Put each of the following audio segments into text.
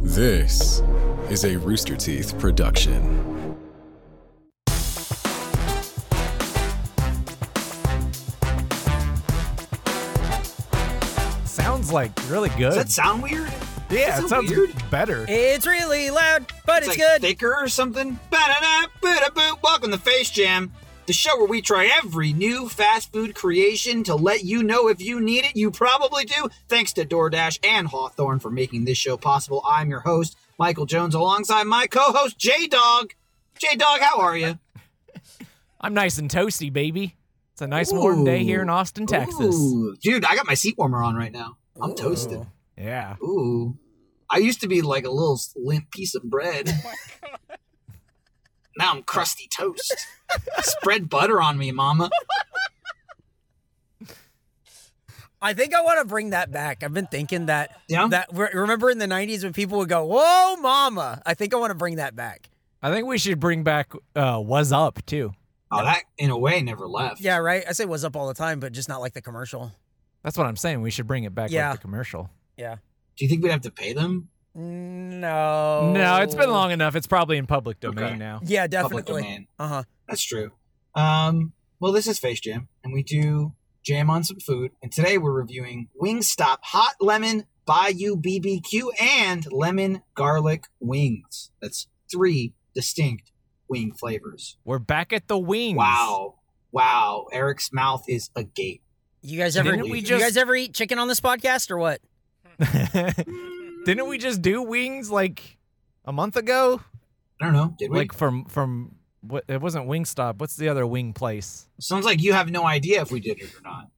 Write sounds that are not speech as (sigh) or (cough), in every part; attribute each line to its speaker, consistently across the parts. Speaker 1: This is a Rooster Teeth production.
Speaker 2: Sounds like really good.
Speaker 3: Does that sound weird?
Speaker 2: yeah,
Speaker 3: that
Speaker 2: it
Speaker 3: sound
Speaker 2: sounds
Speaker 3: weird?
Speaker 2: better.
Speaker 4: It's really loud, but it's,
Speaker 3: like
Speaker 4: good.
Speaker 3: thicker or something. Ba-da-da, ba-da-boo. Welcome to Face Jam, the show where we try every new fast food creation to let you know if you need it. You probably do. Thanks to DoorDash and Hawthorne for making this show possible. I'm your host, Michael Jones, alongside my co-host J Dog. J Dog, how are you?
Speaker 5: I'm nice and toasty, baby. It's a nice warm day here in Austin, Texas.
Speaker 3: Ooh, dude, I got my seat warmer on right now. I'm toasted.
Speaker 2: Yeah.
Speaker 3: Ooh, I used to be like a little limp piece of bread. now I'm crusty toast. Spread butter on me, mama.
Speaker 4: I think I want to bring that back. I've been thinking that.
Speaker 3: Yeah?
Speaker 4: That re- remember in the '90s when people would go, "Whoa, mama!" I think I want to bring that back.
Speaker 5: I think we should bring back uh was up too.
Speaker 3: Oh, that in a way never left.
Speaker 4: Yeah, right. I say "was up" all the time, but just not like the commercial.
Speaker 5: That's what I'm saying. We should bring it back
Speaker 4: Yeah.
Speaker 5: like the commercial.
Speaker 4: Yeah.
Speaker 3: Do you think we'd have to pay them? Oh.
Speaker 4: No.
Speaker 5: No, it's been long enough. It's probably in public domain
Speaker 3: Okay.
Speaker 5: now.
Speaker 4: Yeah,
Speaker 3: Public
Speaker 4: definitely.
Speaker 3: domain.
Speaker 4: Uh huh.
Speaker 3: That's true. Um, well, this is Face Jam, and we do jam on some food. And today we're reviewing Wingstop Hot Lemon Bayou BBQ and Lemon Garlic Wings. That's three distinct wing flavors.
Speaker 5: We're back at the wings.
Speaker 3: Wow. Wow. Eric's mouth is agape.
Speaker 4: You guys ever?
Speaker 5: Didn't we
Speaker 4: You
Speaker 5: just-
Speaker 4: guys ever eat chicken on this podcast or what?
Speaker 5: (laughs) Didn't we just do wings like a month ago?
Speaker 3: I don't know. Did we?
Speaker 5: Like from from what it wasn't Wingstop. What's the other wing place?
Speaker 3: Sounds like you have no idea if we did it or not.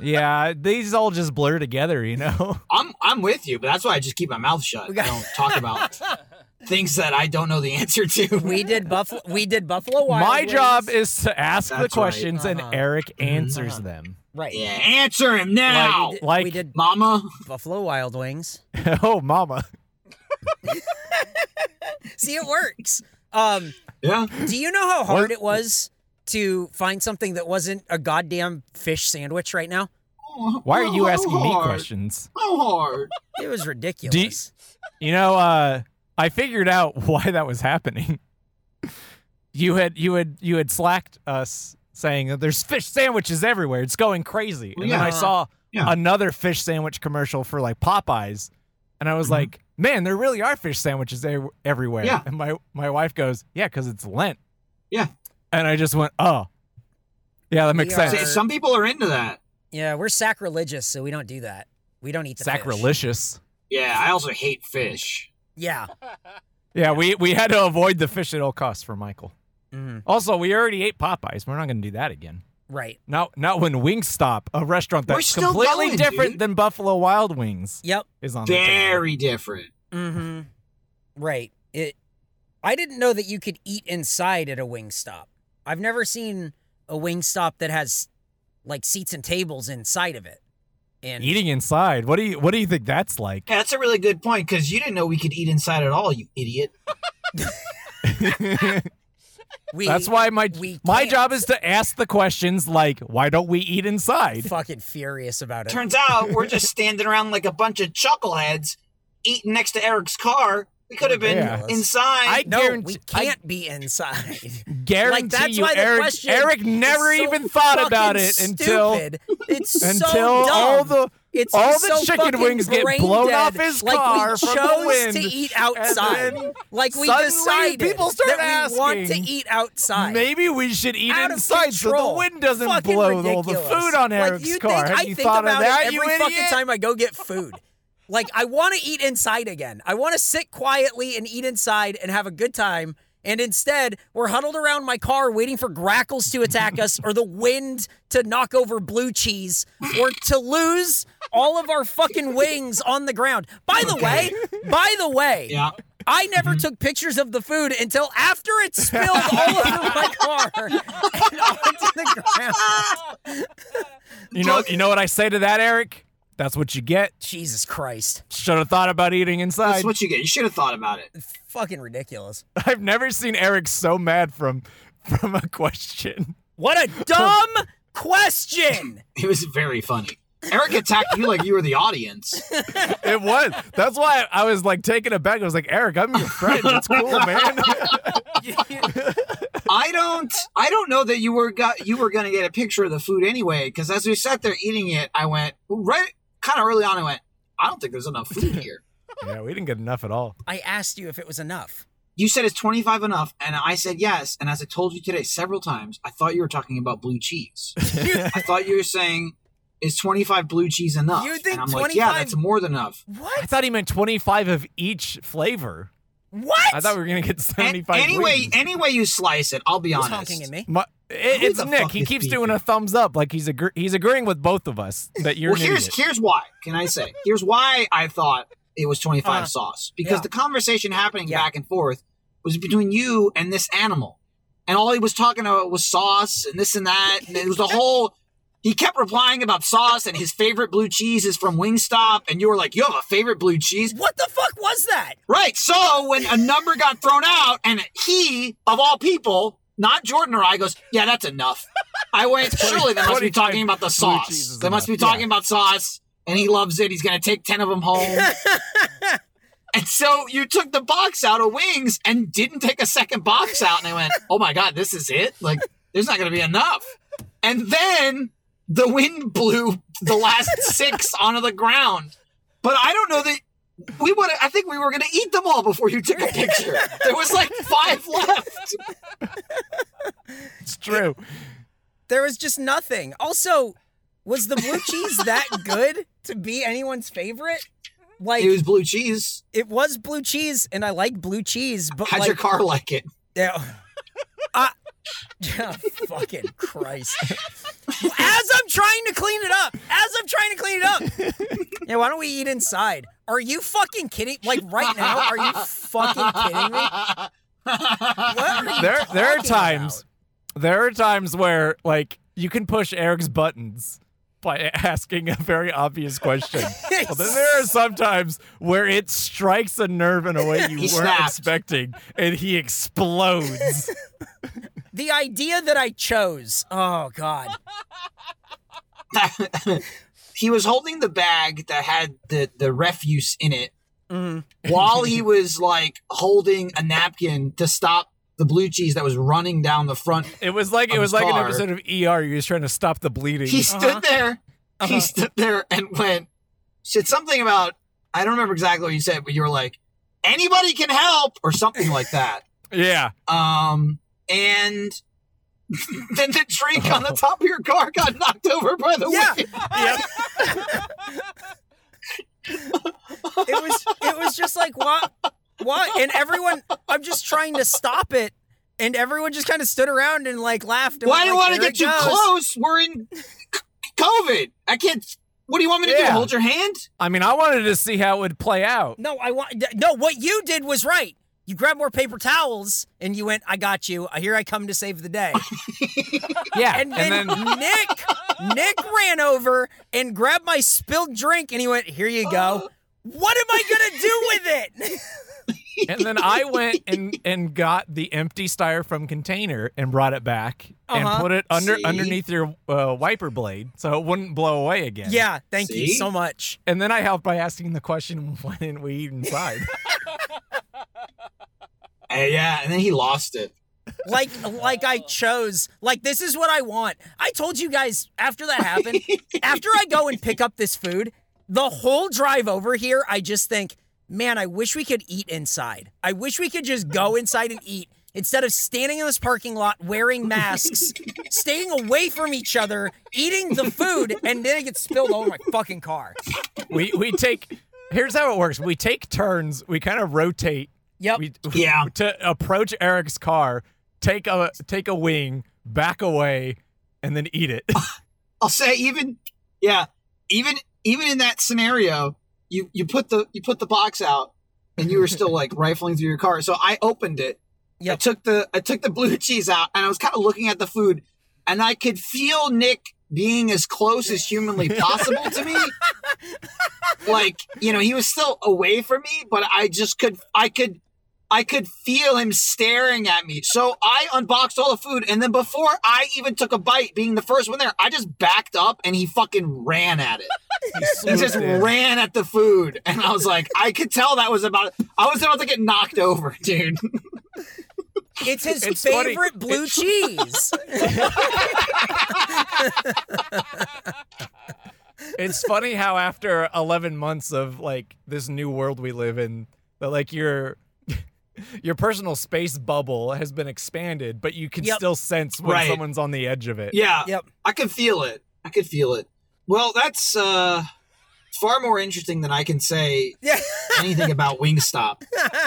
Speaker 5: yeah, these all just blur together, you know.
Speaker 3: I'm I'm with you, but that's why I just keep my mouth shut.
Speaker 4: We got-
Speaker 3: I don't
Speaker 5: (laughs)
Speaker 3: talk about things that I don't know the answer to.
Speaker 4: We did buffalo. We did buffalo wild.
Speaker 5: My
Speaker 4: Wings.
Speaker 5: job is to ask the
Speaker 3: That's right.
Speaker 5: questions
Speaker 4: Uh-huh.
Speaker 5: and Eric answers
Speaker 4: Uh-huh.
Speaker 5: them. (laughs)
Speaker 4: right.
Speaker 3: (laughs) Yeah, answer him now,
Speaker 4: We did-
Speaker 5: Like-
Speaker 4: we did
Speaker 3: Mama.
Speaker 4: buffalo wild wings.
Speaker 5: oh, mama.
Speaker 4: See, it works. Um.
Speaker 3: Yeah,
Speaker 4: Do you know how hard it was to find something that wasn't a goddamn fish sandwich right now?
Speaker 5: Why are you
Speaker 3: How
Speaker 5: asking me
Speaker 3: hard?
Speaker 5: questions?
Speaker 3: How
Speaker 5: (laughs)
Speaker 3: hard?
Speaker 4: It was ridiculous.
Speaker 5: You know, uh, I figured out (laughs) why that was happening. You had you had you had slacked us saying that there's fish sandwiches everywhere. It's going crazy. And then
Speaker 3: Yeah.
Speaker 5: I saw
Speaker 3: Yeah.
Speaker 5: another fish sandwich commercial for like Popeyes, and I was
Speaker 3: Mhm.
Speaker 5: like, "Man, there really are fish sandwiches ev- everywhere."
Speaker 3: Yeah.
Speaker 5: And my my wife goes, "Yeah, because it's Lent."
Speaker 3: Yeah.
Speaker 5: And I just went, "Oh, yeah, that makes
Speaker 4: We are-
Speaker 3: See,
Speaker 5: sense."
Speaker 3: some people are into that.
Speaker 4: yeah, we're sacrilegious, so we don't do that. We don't eat the fish.
Speaker 5: Sacrilegious.
Speaker 3: Yeah, I also hate fish.
Speaker 4: Yeah.
Speaker 5: Yeah, we we had to avoid the fish at all costs for Michael.
Speaker 4: Mhm.
Speaker 5: Also, we already ate Popeyes. We're not going to do that again.
Speaker 4: Right.
Speaker 5: Not not when Wingstop, a restaurant
Speaker 3: We're
Speaker 5: that's
Speaker 3: still
Speaker 5: completely
Speaker 3: going,
Speaker 5: different
Speaker 3: dude.
Speaker 5: than Buffalo Wild Wings,
Speaker 4: Yep.
Speaker 5: is on the
Speaker 3: Very different.
Speaker 4: Mm-hmm. Right. It. I didn't know that you could eat inside at a wing stop. I've never seen a wing stop that has like seats and tables inside of it. And
Speaker 5: table. Eating inside. What do you what do you think that's like?
Speaker 3: Yeah, that's a really good point because you didn't know we could eat inside at all, you idiot.
Speaker 4: we,
Speaker 5: that's why my
Speaker 4: we
Speaker 5: my
Speaker 4: can't.
Speaker 5: job is to ask the questions like, why don't we eat inside?
Speaker 4: fucking furious about it.
Speaker 3: Turns out we're just standing around like a bunch of chuckleheads eating next to Eric's car. We could have been
Speaker 5: Yeah.
Speaker 3: inside.
Speaker 5: I
Speaker 4: no, we
Speaker 5: guarantee- I-
Speaker 4: can't be inside.
Speaker 5: Guarantee
Speaker 4: Like that's
Speaker 5: you,
Speaker 4: why the
Speaker 5: Eric,
Speaker 4: question
Speaker 5: Eric never
Speaker 4: is so
Speaker 5: even thought
Speaker 4: fucking
Speaker 5: about it until
Speaker 4: stupid. it's
Speaker 5: until
Speaker 4: so dumb.
Speaker 5: all the
Speaker 4: it's
Speaker 5: all
Speaker 4: so
Speaker 5: the chicken
Speaker 4: fucking
Speaker 5: wings get
Speaker 4: brain
Speaker 5: blown
Speaker 4: dead.
Speaker 5: off his
Speaker 4: like
Speaker 5: car
Speaker 4: we
Speaker 5: from
Speaker 4: chose
Speaker 5: the wind,
Speaker 4: to eat
Speaker 5: and
Speaker 4: outside.
Speaker 5: then
Speaker 4: Like we
Speaker 5: suddenly
Speaker 4: decided
Speaker 5: people start
Speaker 4: that we want to
Speaker 5: asking,
Speaker 4: eat outside.
Speaker 5: Maybe we should eat
Speaker 4: Out of
Speaker 5: inside so the
Speaker 4: control.
Speaker 5: wind doesn't
Speaker 4: Fucking
Speaker 5: blow all the
Speaker 4: ridiculous.
Speaker 5: food on
Speaker 4: Like,
Speaker 5: Eric's
Speaker 4: you
Speaker 5: car.
Speaker 4: Think,
Speaker 5: Have
Speaker 4: I
Speaker 5: you
Speaker 4: think
Speaker 5: thought
Speaker 4: about
Speaker 5: of that,
Speaker 4: it every
Speaker 5: you
Speaker 4: fucking
Speaker 5: idiot?
Speaker 4: time I go get food. Like I want to eat inside again. I want to sit quietly and eat inside and have a good time. And instead, we're huddled around my car waiting for grackles to attack us or the wind to knock over blue cheese or to lose all of our fucking wings on the ground. By the way, by the way,
Speaker 3: yeah.
Speaker 4: I never took pictures of the food until after it spilled all over my car and onto the ground.
Speaker 5: You know, you know what I say to that, Eric? That's what you get.
Speaker 4: Jesus Christ.
Speaker 5: Should have thought about eating inside.
Speaker 3: That's what you get. You should have thought about it.
Speaker 4: Fucking ridiculous.
Speaker 5: (laughs) I've never seen Eric so mad from from a question.
Speaker 4: (laughs) What a dumb question.
Speaker 3: It was very funny. Eric attacked you like you were the audience.
Speaker 5: (laughs) It was. That's why I was like taken aback. I was like, Eric, I'm your friend. It's cool, (laughs) man.
Speaker 3: I don't I don't know that you were got you were gonna get a picture of the food anyway, because as we sat there eating it, I went right kind of early on, I went, I don't think there's enough food here.
Speaker 5: yeah, we didn't get enough at all.
Speaker 4: (laughs) I asked you if it was enough.
Speaker 3: You said it's 25 enough, and I said yes. And as I told you today several times, I thought you were talking about blue
Speaker 4: (laughs)
Speaker 3: cheese. I thought you were saying, is 25 blue cheese enough?
Speaker 4: You think
Speaker 3: and I'm like, yeah,
Speaker 4: 25
Speaker 3: that's more than enough.
Speaker 5: I
Speaker 4: What?
Speaker 5: thought he meant 25 of each flavor.
Speaker 4: What?
Speaker 5: I thought we were gonna get 75.
Speaker 3: And anyway,
Speaker 5: wings.
Speaker 3: any way you slice it, I'll be
Speaker 4: Who's
Speaker 3: honest.
Speaker 4: honking at me?
Speaker 5: My- it-
Speaker 3: Who
Speaker 5: it's
Speaker 3: the
Speaker 5: Nick.
Speaker 3: fuck
Speaker 5: He
Speaker 3: is
Speaker 5: keeps doing
Speaker 3: beeping?
Speaker 5: a thumbs up, like he's agree- he's agreeing with both of us that you're
Speaker 3: well,
Speaker 5: an
Speaker 3: here's
Speaker 5: idiot.
Speaker 3: here's why. Can I say? Here's why I thought it was 25
Speaker 4: Uh,
Speaker 3: sauce because
Speaker 4: yeah.
Speaker 3: the conversation happening
Speaker 4: Yeah.
Speaker 3: back and forth was between you and this animal, and all he was talking about was sauce and this and that, and it was the whole. He kept replying about sauce and his favorite blue cheese is from Wingstop, and you were like, "You have a favorite blue cheese,
Speaker 4: What the fuck was that?
Speaker 3: right?" So when a number got thrown out, and he of all people, not Jordan or I, goes, "Yeah, that's enough." I went, "Surely they must be
Speaker 5: 25 (laughs)
Speaker 3: talking about
Speaker 5: blue
Speaker 3: the
Speaker 5: cheese
Speaker 3: sauce.
Speaker 5: is
Speaker 3: They must be
Speaker 5: enough."
Speaker 3: talking
Speaker 5: Yeah.
Speaker 3: about sauce." And he loves it. He's gonna take ten of them
Speaker 4: (laughs)
Speaker 3: home. and so you took the box out of wings and didn't take a second box out. And I went, "Oh my god, this is it! Like, there's not gonna be enough." And then the wind blew the
Speaker 4: (laughs)
Speaker 3: last six onto the ground. But I don't know that we would. I think we were gonna eat them all before you took a picture. There was like five left.
Speaker 5: It's true.
Speaker 4: There was just nothing. Also, was the blue cheese that good to be anyone's favorite? Like
Speaker 3: It was blue cheese.
Speaker 4: it was blue cheese, and I like blue cheese, but
Speaker 3: How'd
Speaker 4: like
Speaker 3: your car like it?
Speaker 4: Yeah. (laughs) I, (laughs) Yeah, fucking Christ. As I'm trying to clean it up, as I'm trying to clean it up. Yeah, why don't we eat inside? Are you fucking kidding? Like right now, are you fucking kidding me? What are you
Speaker 5: There there are
Speaker 4: talking
Speaker 5: times
Speaker 4: about?
Speaker 5: there are times where like you can push Eric's buttons by (laughs) asking a very obvious question. Well, then there are some times where it strikes a nerve in a way you
Speaker 3: He
Speaker 5: weren't
Speaker 3: snapped.
Speaker 5: expecting, and he explodes.
Speaker 4: The idea that I chose. Oh God.
Speaker 3: (laughs) he was holding the bag that had the the refuse in it
Speaker 4: Mm.
Speaker 3: while
Speaker 4: (laughs)
Speaker 3: he was like holding a napkin to stop the blue cheese that was running down the front.
Speaker 5: It was like it
Speaker 3: Of
Speaker 5: was like an
Speaker 3: Scar.
Speaker 5: episode of ER. He was trying to stop the bleeding.
Speaker 3: He stood there.
Speaker 4: Uh-huh.
Speaker 3: He stood there and went said something about I don't remember exactly what you said, but you were like anybody can help or something like that.
Speaker 5: yeah,
Speaker 3: Um and (laughs) then the drink on the top of your car got knocked over by the
Speaker 4: Oh. Yeah.
Speaker 3: wind.
Speaker 5: Yep.
Speaker 4: It was it was just like what what and everyone I'm just trying to stop it. And everyone just kind of stood around and like laughed. And
Speaker 3: Why do
Speaker 4: went
Speaker 3: you
Speaker 4: like,
Speaker 3: want to
Speaker 4: "Here
Speaker 3: get too
Speaker 4: it goes."
Speaker 3: close? We're in c- COVID. I can't. What do you want me to do?
Speaker 5: Yeah.
Speaker 3: Hold your hand?
Speaker 5: I mean, I wanted to see how it would play out.
Speaker 4: No, I want. th- No, what you did was right. You grabbed more paper towels and you went, I got you. I Here I come to save the (laughs) day.
Speaker 5: Yeah,
Speaker 4: And then, Nick, Nick ran over and grabbed my spilled drink and he went, Here you (gasps) go. What am I going to do with it? (laughs)
Speaker 5: and then I went and and got the empty styrofoam container and brought it back
Speaker 4: Uh-huh.
Speaker 5: and put it under
Speaker 3: See?
Speaker 5: underneath your uh, wiper blade so it wouldn't blow away again.
Speaker 4: yeah, thank you
Speaker 3: See?
Speaker 4: so much.
Speaker 5: And then I helped by asking the question, (laughs) "Why didn't we eat inside?"
Speaker 3: Uh, yeah, and then he lost it.
Speaker 4: Like, like I chose. Like, this is what I want. I told you guys after that happened, after I go and pick up this food, the whole drive over here, I just think, man, I wish we could eat inside. I wish we could just go inside and eat instead of standing in this parking lot wearing masks, staying away from each other, eating the food, and then it gets spilled all over my fucking car.
Speaker 5: we we take. Here's how it works. We take turns. We kind of rotate
Speaker 4: Yep.
Speaker 5: we,
Speaker 3: Yeah.
Speaker 5: to approach Eric's car, take a take a wing, back away, and then eat it. (laughs)
Speaker 3: I'll say even yeah, even even in that scenario, you you put the you put the box out and you were still like rifling through your car. So I opened it. I
Speaker 4: Yep.
Speaker 3: took the I took the blue (laughs) cheese out and I was kind of looking at the food and I could feel Nick being as close as humanly possible to me. Like, you know, he was still away from me, but I just could I could I could feel him staring at me. So I unboxed all the food. And then before I even took a bite, being the first one there, I just backed up and he fucking ran at it. He just ran at the food. And I was like, I could tell that was about, I was about to get knocked over, (laughs) dude.
Speaker 4: It's his
Speaker 5: It's funny.
Speaker 4: favorite
Speaker 5: (laughs)
Speaker 4: blue cheese.
Speaker 5: It's funny how after 11 months of like this new world we live in, that like your (laughs) your personal space bubble has been expanded, but you can
Speaker 4: Yep.
Speaker 5: still sense when
Speaker 3: Right.
Speaker 5: someone's on the edge of it.
Speaker 3: Yeah.
Speaker 4: Yep.
Speaker 3: I could feel it. I could feel it. Well, that's uh, far more interesting than I can say
Speaker 4: Yeah.
Speaker 3: anything about Wingstop.
Speaker 5: (laughs)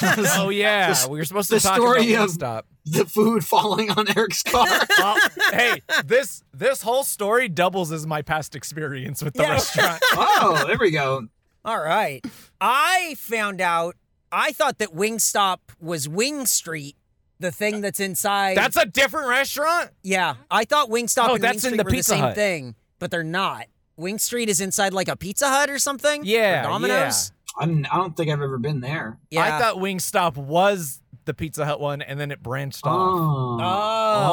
Speaker 3: (laughs)
Speaker 5: Oh yeah,
Speaker 3: s-
Speaker 5: we were supposed to
Speaker 3: the
Speaker 5: talk
Speaker 3: story
Speaker 5: about
Speaker 3: of-
Speaker 5: stop.
Speaker 3: the food (laughs) falling on Eric's car.
Speaker 5: hey, this this whole story doubles as my past experience with the
Speaker 4: Yeah. (laughs)
Speaker 5: restaurant.
Speaker 3: oh, there we go.
Speaker 4: All right. I found out. I thought that Wingstop was Wing Street, the thing that's inside.
Speaker 5: That's a different restaurant.
Speaker 4: yeah. I thought Wingstop
Speaker 5: Oh,
Speaker 4: and
Speaker 5: that's
Speaker 4: Wing
Speaker 5: in
Speaker 4: Street
Speaker 5: the
Speaker 4: were
Speaker 5: Pizza
Speaker 4: the same
Speaker 5: Hut.
Speaker 4: thing, but they're not. Wing Street is inside like a Pizza Hut or something.
Speaker 5: Yeah,
Speaker 4: Or Domino's.
Speaker 3: I didn't- I don't think I've ever been there.
Speaker 4: Yeah.
Speaker 5: I thought Wingstop was the Pizza Hut one, and then it branched off.
Speaker 3: Oh,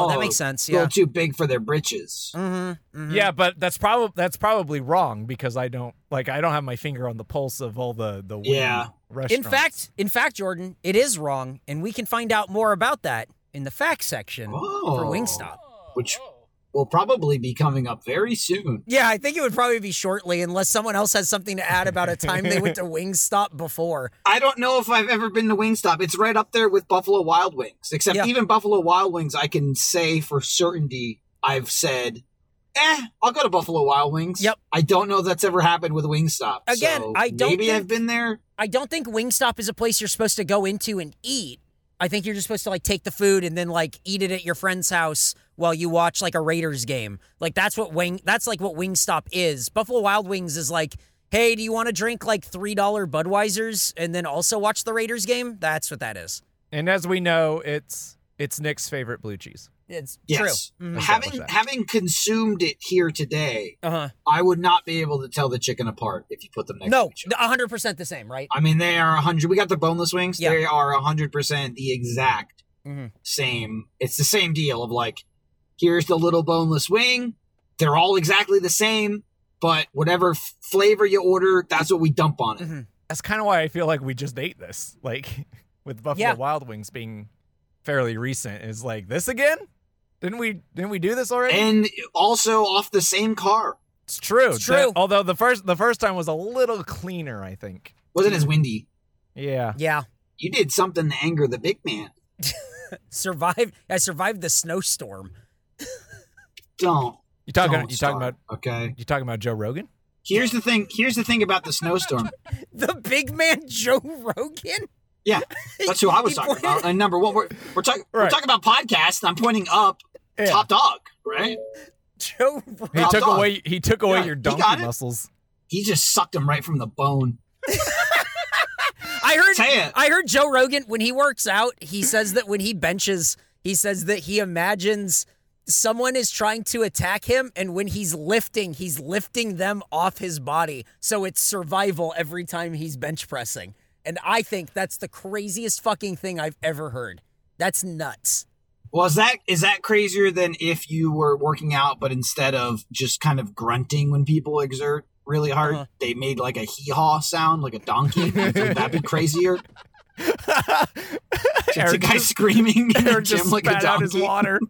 Speaker 4: Oh, that makes sense.
Speaker 3: Still
Speaker 4: Yeah.
Speaker 3: too big for their britches.
Speaker 4: Mm-hmm,
Speaker 5: Yeah, but that's probably that's probably wrong because I don't like I don't have my finger on the pulse of all the the wing
Speaker 3: Yeah.
Speaker 4: In
Speaker 5: restaurants.
Speaker 4: fact, in fact, Jordan, it is wrong, and we can find out more about that in the facts section
Speaker 3: Oh,
Speaker 4: for Wingstop.
Speaker 3: which
Speaker 4: oh.
Speaker 3: will probably be coming up very soon.
Speaker 4: Yeah, I think it would probably be shortly, unless someone else has something to add about a time
Speaker 5: (laughs)
Speaker 4: they went to Wingstop before.
Speaker 3: I don't know if I've ever been to Wingstop. It's right up there with Buffalo Wild Wings. Except
Speaker 4: Yeah.
Speaker 3: even Buffalo Wild Wings, I can say for certainty I've said, "Eh, I'll go to Buffalo Wild Wings."
Speaker 4: Yep.
Speaker 3: I don't know if that's ever happened with Wingstop.
Speaker 4: Again,
Speaker 3: so
Speaker 4: I don't
Speaker 3: Maybe
Speaker 4: think-
Speaker 3: I've been there.
Speaker 4: I don't think Wingstop is a place you're supposed to go into and eat. I think you're just supposed to like take the food and then like eat it at your friend's house while you watch like a Raiders game. Like that's what wing that's like what Wingstop is. Buffalo Wild Wings is like, hey, do you want to drink like three dollar Budweisers and then also watch the Raiders game? That's what that is.
Speaker 5: and as we know, it's it's Nick's favorite blue cheese.
Speaker 4: It's
Speaker 3: Yes.
Speaker 4: true. Mhm.
Speaker 3: Having
Speaker 5: that.
Speaker 3: having consumed it here today,
Speaker 4: Uh-huh.
Speaker 3: I would not be able to tell the chicken apart if you put them next
Speaker 4: No,
Speaker 3: to each other.
Speaker 4: hundred percent the same, right?
Speaker 3: I mean, they are 100. We got the boneless wings.
Speaker 4: Yeah.
Speaker 3: They are 100% the exact
Speaker 4: Mhm.
Speaker 3: same. It's the same deal of like, here's the little boneless wing. They're all exactly the same, but whatever f- flavor you order, that's what we dump on it.
Speaker 4: Mhm.
Speaker 5: That's kind of why I feel like we just ate this. (laughs) Like with Buffalo
Speaker 4: Yeah.
Speaker 5: Wild Wings being fairly recent, is like this again? Didn't we didn't we do this already?
Speaker 3: And also off the same car.
Speaker 5: it's true.
Speaker 4: It's true.
Speaker 5: The- although the first the first time was a little cleaner, I think.
Speaker 3: Wasn't as windy.
Speaker 5: Yeah.
Speaker 4: Yeah.
Speaker 3: You did something to anger the big man.
Speaker 4: Survived I survived the snowstorm. (laughs)
Speaker 3: Don't.
Speaker 5: You talking
Speaker 3: don't
Speaker 5: you talking
Speaker 3: start,
Speaker 5: about
Speaker 3: Okay.
Speaker 5: you talking about Joe Rogan?
Speaker 3: Here's the thing. Here's the thing about the snowstorm.
Speaker 4: The big man Joe Rogan?
Speaker 3: Yeah, that's who I was
Speaker 4: (laughs) He
Speaker 3: talking
Speaker 4: pointed-
Speaker 3: about. And number one, we're, we're talking we're
Speaker 5: Right.
Speaker 3: talking about podcasts. and I'm pointing up
Speaker 5: Yeah.
Speaker 3: top dog, right?
Speaker 4: Joe Rogan.
Speaker 5: He
Speaker 3: Rob
Speaker 5: took
Speaker 3: Dog.
Speaker 5: away he took away
Speaker 3: Yeah,
Speaker 5: your
Speaker 3: he got
Speaker 5: donkey
Speaker 3: it.
Speaker 5: muscles.
Speaker 3: He just sucked him right from the bone.
Speaker 4: I heard
Speaker 3: Say it.
Speaker 4: I heard Joe Rogan when he works out, he says that when he benches, he says that he imagines someone is trying to attack him and when he's lifting, he's lifting them off his body. So it's survival every time he's bench pressing. And I think that's the craziest fucking thing I've ever heard. That's nuts.
Speaker 3: Well, is that is that crazier than if you were working out, but instead of just kind of grunting when people exert really hard,
Speaker 4: Uh-huh.
Speaker 3: they made like a hee haw sound, like a donkey? Would that be
Speaker 5: (laughs)
Speaker 3: crazier? It's a
Speaker 5: Eric
Speaker 3: guy
Speaker 5: just-
Speaker 3: screaming in the
Speaker 5: Eric
Speaker 3: gym
Speaker 5: just
Speaker 3: like a
Speaker 5: spat out his
Speaker 3: donkey. (laughs)
Speaker 5: water.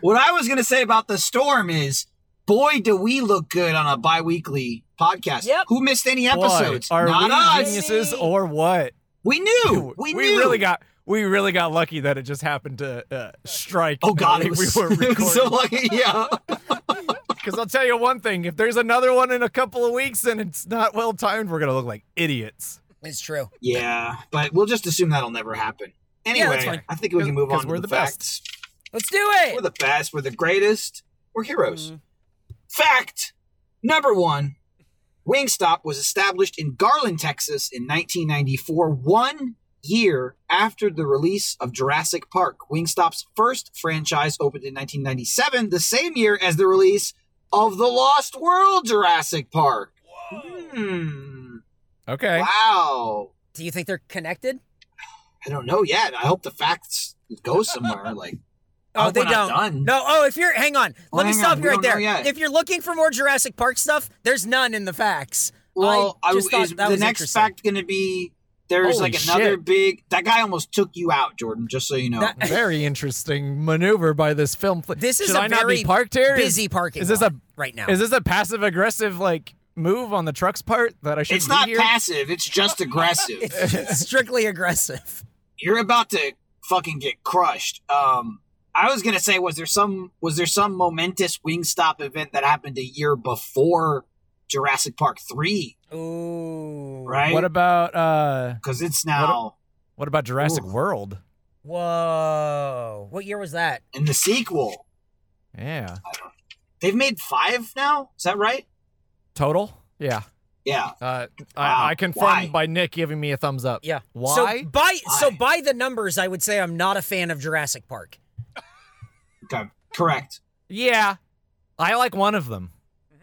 Speaker 3: What I was gonna say about the storm is, boy, do we look good on a bi-weekly podcast.
Speaker 4: Yep.
Speaker 3: Who missed any
Speaker 5: Boy,
Speaker 3: episodes?
Speaker 5: are
Speaker 3: Not
Speaker 5: we
Speaker 3: us.
Speaker 5: geniuses or what?
Speaker 3: We knew. We, knew.
Speaker 5: really got we really got lucky that it just happened to uh, strike.
Speaker 3: Oh
Speaker 5: the
Speaker 3: god,
Speaker 5: day
Speaker 3: it was,
Speaker 5: (laughs) we were
Speaker 3: it
Speaker 5: recording.
Speaker 3: was (laughs) so lucky. Yeah.
Speaker 5: Because I'll tell you one thing: if there's another one in a couple of weeks and it's not well timed, we're gonna look like idiots.
Speaker 4: It's true.
Speaker 3: Yeah, but we'll just assume that'll never happen.
Speaker 4: that's
Speaker 3: Anyway,
Speaker 4: fine.
Speaker 3: I think we can move
Speaker 5: 'Cause
Speaker 3: on to
Speaker 5: we're
Speaker 3: the,
Speaker 5: the best.
Speaker 3: facts.
Speaker 4: Let's do
Speaker 3: We're
Speaker 4: it.
Speaker 3: the best. We're the greatest. We're heroes. Fact number one: Wingstop was established in Garland, Texas, in 1994, one year after the release of Jurassic Park. Wingstop's first franchise opened in 1997, the same year as the release of the Lost World Jurassic Park. Hmm.
Speaker 5: Okay.
Speaker 3: Wow.
Speaker 4: Do you think they're connected?
Speaker 3: I don't know yet. I hope the facts go
Speaker 4: (laughs)
Speaker 3: somewhere. Like, I
Speaker 4: Oh,
Speaker 3: hope
Speaker 4: they
Speaker 3: we're not
Speaker 4: don't.
Speaker 3: done.
Speaker 4: No. Oh, if you're hang on,
Speaker 3: Well,
Speaker 4: let me
Speaker 3: hang
Speaker 4: stop
Speaker 3: on,
Speaker 4: you
Speaker 3: we
Speaker 4: right
Speaker 3: don't know
Speaker 4: there.
Speaker 3: yet.
Speaker 4: If you're looking for more Jurassic Park stuff, there's none in the facts.
Speaker 3: Well,
Speaker 4: I
Speaker 3: I,
Speaker 4: just thought
Speaker 3: is
Speaker 4: that
Speaker 3: the
Speaker 4: was
Speaker 3: next
Speaker 4: interesting.
Speaker 3: fact going to be there's
Speaker 5: Holy
Speaker 3: like another
Speaker 5: shit.
Speaker 3: big. That guy almost took you out, Jordan. Just so you know.
Speaker 4: That-
Speaker 5: Very interesting maneuver by this film. fl-
Speaker 4: This is
Speaker 5: Should
Speaker 4: a
Speaker 5: I not
Speaker 4: very
Speaker 5: be parked here? Is-
Speaker 4: Busy parking.
Speaker 5: is this
Speaker 4: lot
Speaker 5: a-
Speaker 4: right now? (laughs)
Speaker 5: Is this a passive aggressive like move on the truck's part that I should
Speaker 4: (laughs)
Speaker 3: it's not
Speaker 5: be here?
Speaker 3: passive. It's just aggressive.
Speaker 4: it's strictly aggressive.
Speaker 3: You're about to fucking get crushed. Um, I was gonna say, was there some was there some momentous Wingstop event that happened a year before Jurassic Park three?
Speaker 4: Ooh.
Speaker 3: Right.
Speaker 5: what about uh
Speaker 3: Because it's now
Speaker 5: what about Jurassic
Speaker 3: Ooh.
Speaker 5: World?
Speaker 4: Whoa. What year was that?
Speaker 3: in the sequel.
Speaker 5: Yeah.
Speaker 3: They've made five now. Is that right?
Speaker 5: Total? Yeah.
Speaker 3: Yeah.
Speaker 5: Uh,
Speaker 3: Wow.
Speaker 5: I, I confirmed
Speaker 3: Why?
Speaker 5: by Nick giving me a thumbs up.
Speaker 4: Yeah.
Speaker 5: Why?
Speaker 4: So by so
Speaker 3: Why?
Speaker 4: by the numbers, I would say I'm not a fan of Jurassic Park.
Speaker 3: Okay. Correct.
Speaker 5: yeah. I like one of them.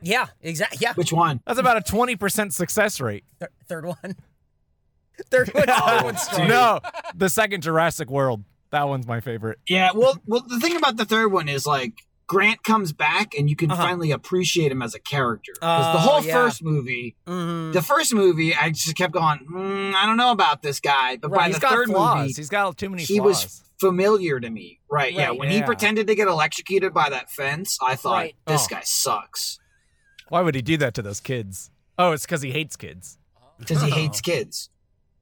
Speaker 4: Yeah. Exactly. Yeah.
Speaker 3: Which one?
Speaker 5: That's about a 20% success rate.
Speaker 3: (laughs)
Speaker 4: Th- third one. (laughs) Third one. Third
Speaker 5: (laughs)
Speaker 3: Oh,
Speaker 4: one's strong.
Speaker 5: no, the second Jurassic World. That one's my favorite.
Speaker 3: Yeah, well, well, the thing about the third one is like Grant comes back, and you can
Speaker 4: Uh-huh.
Speaker 3: finally appreciate him as a character. Because the
Speaker 4: Oh,
Speaker 3: whole
Speaker 4: yeah.
Speaker 3: first movie,
Speaker 4: Mhm.
Speaker 3: the first movie, I just kept going, mm, I don't know about this guy, but
Speaker 4: Right,
Speaker 3: by
Speaker 5: He's
Speaker 3: the
Speaker 5: got
Speaker 3: third
Speaker 5: flaws.
Speaker 3: movie,
Speaker 5: He's got too many
Speaker 3: he
Speaker 5: flaws.
Speaker 3: was familiar to me. Right? yeah,
Speaker 4: Right.
Speaker 3: when he
Speaker 5: Yeah.
Speaker 3: pretended to get electrocuted by that fence, I thought
Speaker 4: Right.
Speaker 3: this
Speaker 5: Oh.
Speaker 3: guy sucks
Speaker 5: Why would he do that to those kids? Oh, it's because he hates kids.
Speaker 3: because he hates kids.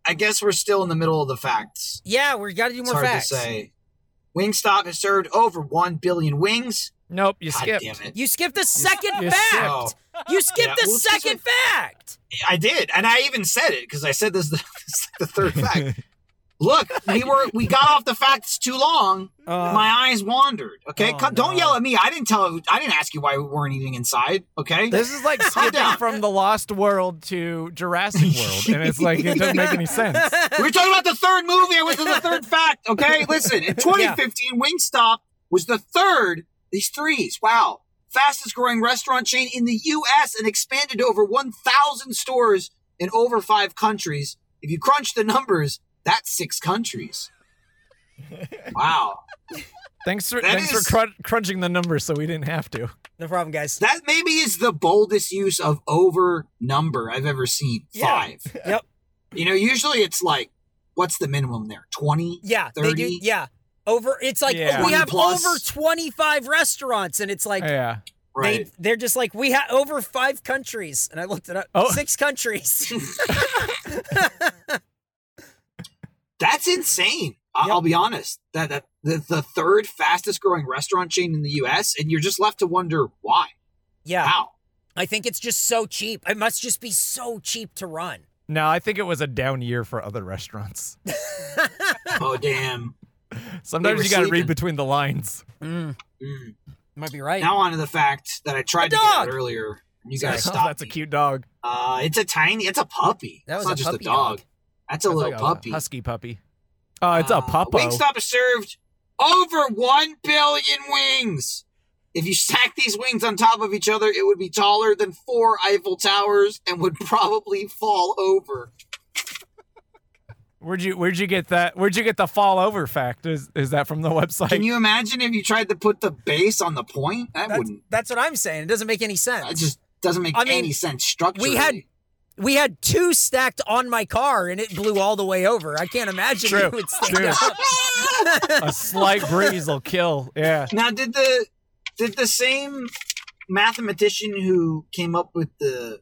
Speaker 3: I guess we're still in the middle of the facts.
Speaker 4: Yeah, we got to do
Speaker 3: It's
Speaker 4: more
Speaker 3: hard
Speaker 4: facts.
Speaker 3: to say. Wingstop has served over one billion wings.
Speaker 5: Nope, you
Speaker 3: God
Speaker 5: skipped.
Speaker 3: damn it!
Speaker 4: You skipped the second
Speaker 5: you
Speaker 4: fact. You skipped
Speaker 3: Oh. Yeah,
Speaker 4: the
Speaker 3: well, it's just
Speaker 4: second fact.
Speaker 3: I did, and I even said it because I said this (laughs) is the, this is the third fact. Look, we were we got off the facts too long. My eyes wandered. Okay,
Speaker 5: Uh, Oh,
Speaker 3: Come, don't
Speaker 5: no.
Speaker 3: yell at me. I didn't tell. I didn't ask you why we weren't eating inside. Okay,
Speaker 5: This is
Speaker 3: (laughs)
Speaker 5: like skipping
Speaker 3: down.
Speaker 5: from the Lost World to Jurassic
Speaker 3: (laughs)
Speaker 5: World, and it's like it doesn't make any sense.
Speaker 3: we were talking about the third movie. I went to the
Speaker 4: (laughs)
Speaker 3: third fact. Okay, listen. In 2015, Wingstop was the third. These threes. Wow, fastest growing restaurant chain in the U.S. and expanded to over 1,000 stores in over five countries. If you crunch the numbers, that's six
Speaker 4: (laughs)
Speaker 3: countries. Wow.
Speaker 5: Thanks for
Speaker 3: That
Speaker 5: thanks
Speaker 3: is-
Speaker 5: for crun- crunching the numbers so we didn't have to.
Speaker 4: No problem, guys.
Speaker 3: That maybe is the boldest use of over number I've ever seen.
Speaker 4: Yeah.
Speaker 3: Five.
Speaker 4: Yep.
Speaker 3: You know, usually it's like, what's the minimum there? 20?
Speaker 4: Yeah, they do.
Speaker 3: 30?
Speaker 4: Yeah, over. It's like
Speaker 5: Yeah.
Speaker 4: we have
Speaker 3: 20 plus.
Speaker 4: over twenty five restaurants, and it's like
Speaker 5: yeah.
Speaker 3: Right.
Speaker 4: they they're just like we have over five countries, and I looked it up.
Speaker 5: Oh.
Speaker 3: (laughs)
Speaker 4: Six countries.
Speaker 3: That's insane. I-
Speaker 4: Yep.
Speaker 3: I'll be honest. That, that the, the third fastest growing restaurant chain in the U.S. and you're just left to wonder why.
Speaker 4: (laughs) yeah,
Speaker 3: How?
Speaker 4: I think it's just so cheap. It must just be so cheap to run.
Speaker 5: No, I think it was a down year for other
Speaker 3: (laughs)
Speaker 5: restaurants.
Speaker 3: Oh damn. They
Speaker 5: Sometimes
Speaker 3: were
Speaker 5: you got to
Speaker 3: sleeping.
Speaker 5: read between the lines.
Speaker 4: Mm,
Speaker 3: Mm.
Speaker 4: might be right.
Speaker 3: Now on to the fact that I tried to get
Speaker 4: dog!
Speaker 3: at earlier. You
Speaker 5: Oh,
Speaker 3: gotta stop.
Speaker 5: that's a
Speaker 3: me.
Speaker 5: cute dog.
Speaker 3: Uh, it's a tiny. It's a puppy.
Speaker 4: that was
Speaker 3: it's not
Speaker 4: a
Speaker 3: just
Speaker 4: puppy
Speaker 3: a dog.
Speaker 4: dog.
Speaker 3: That's a
Speaker 5: That's
Speaker 3: little
Speaker 5: like
Speaker 3: puppy.
Speaker 5: husky puppy. Oh, it's a
Speaker 3: Uh,
Speaker 5: puppo.
Speaker 3: Wingstop has served over 1 billion wings. If you stack these wings on top of each other, it would be taller than four Eiffel Towers and would (laughs) probably fall over.
Speaker 5: Where'd you Where'd you get that? Where'd you get the fall over fact? Is Is that from the website?
Speaker 3: Can you imagine if you tried to put the base on the point? That
Speaker 4: That's,
Speaker 3: wouldn't.
Speaker 4: that's what I'm saying. It doesn't make any sense.
Speaker 3: That just doesn't make
Speaker 4: I mean,
Speaker 3: any sense structurally.
Speaker 4: we had two stacked on my car and it blew all the way over. I can't imagine
Speaker 5: True.
Speaker 4: it would stand
Speaker 5: True. (laughs)
Speaker 4: up.
Speaker 5: a slight breeze will kill. Yeah.
Speaker 3: Now, did the did the same mathematician who came up with the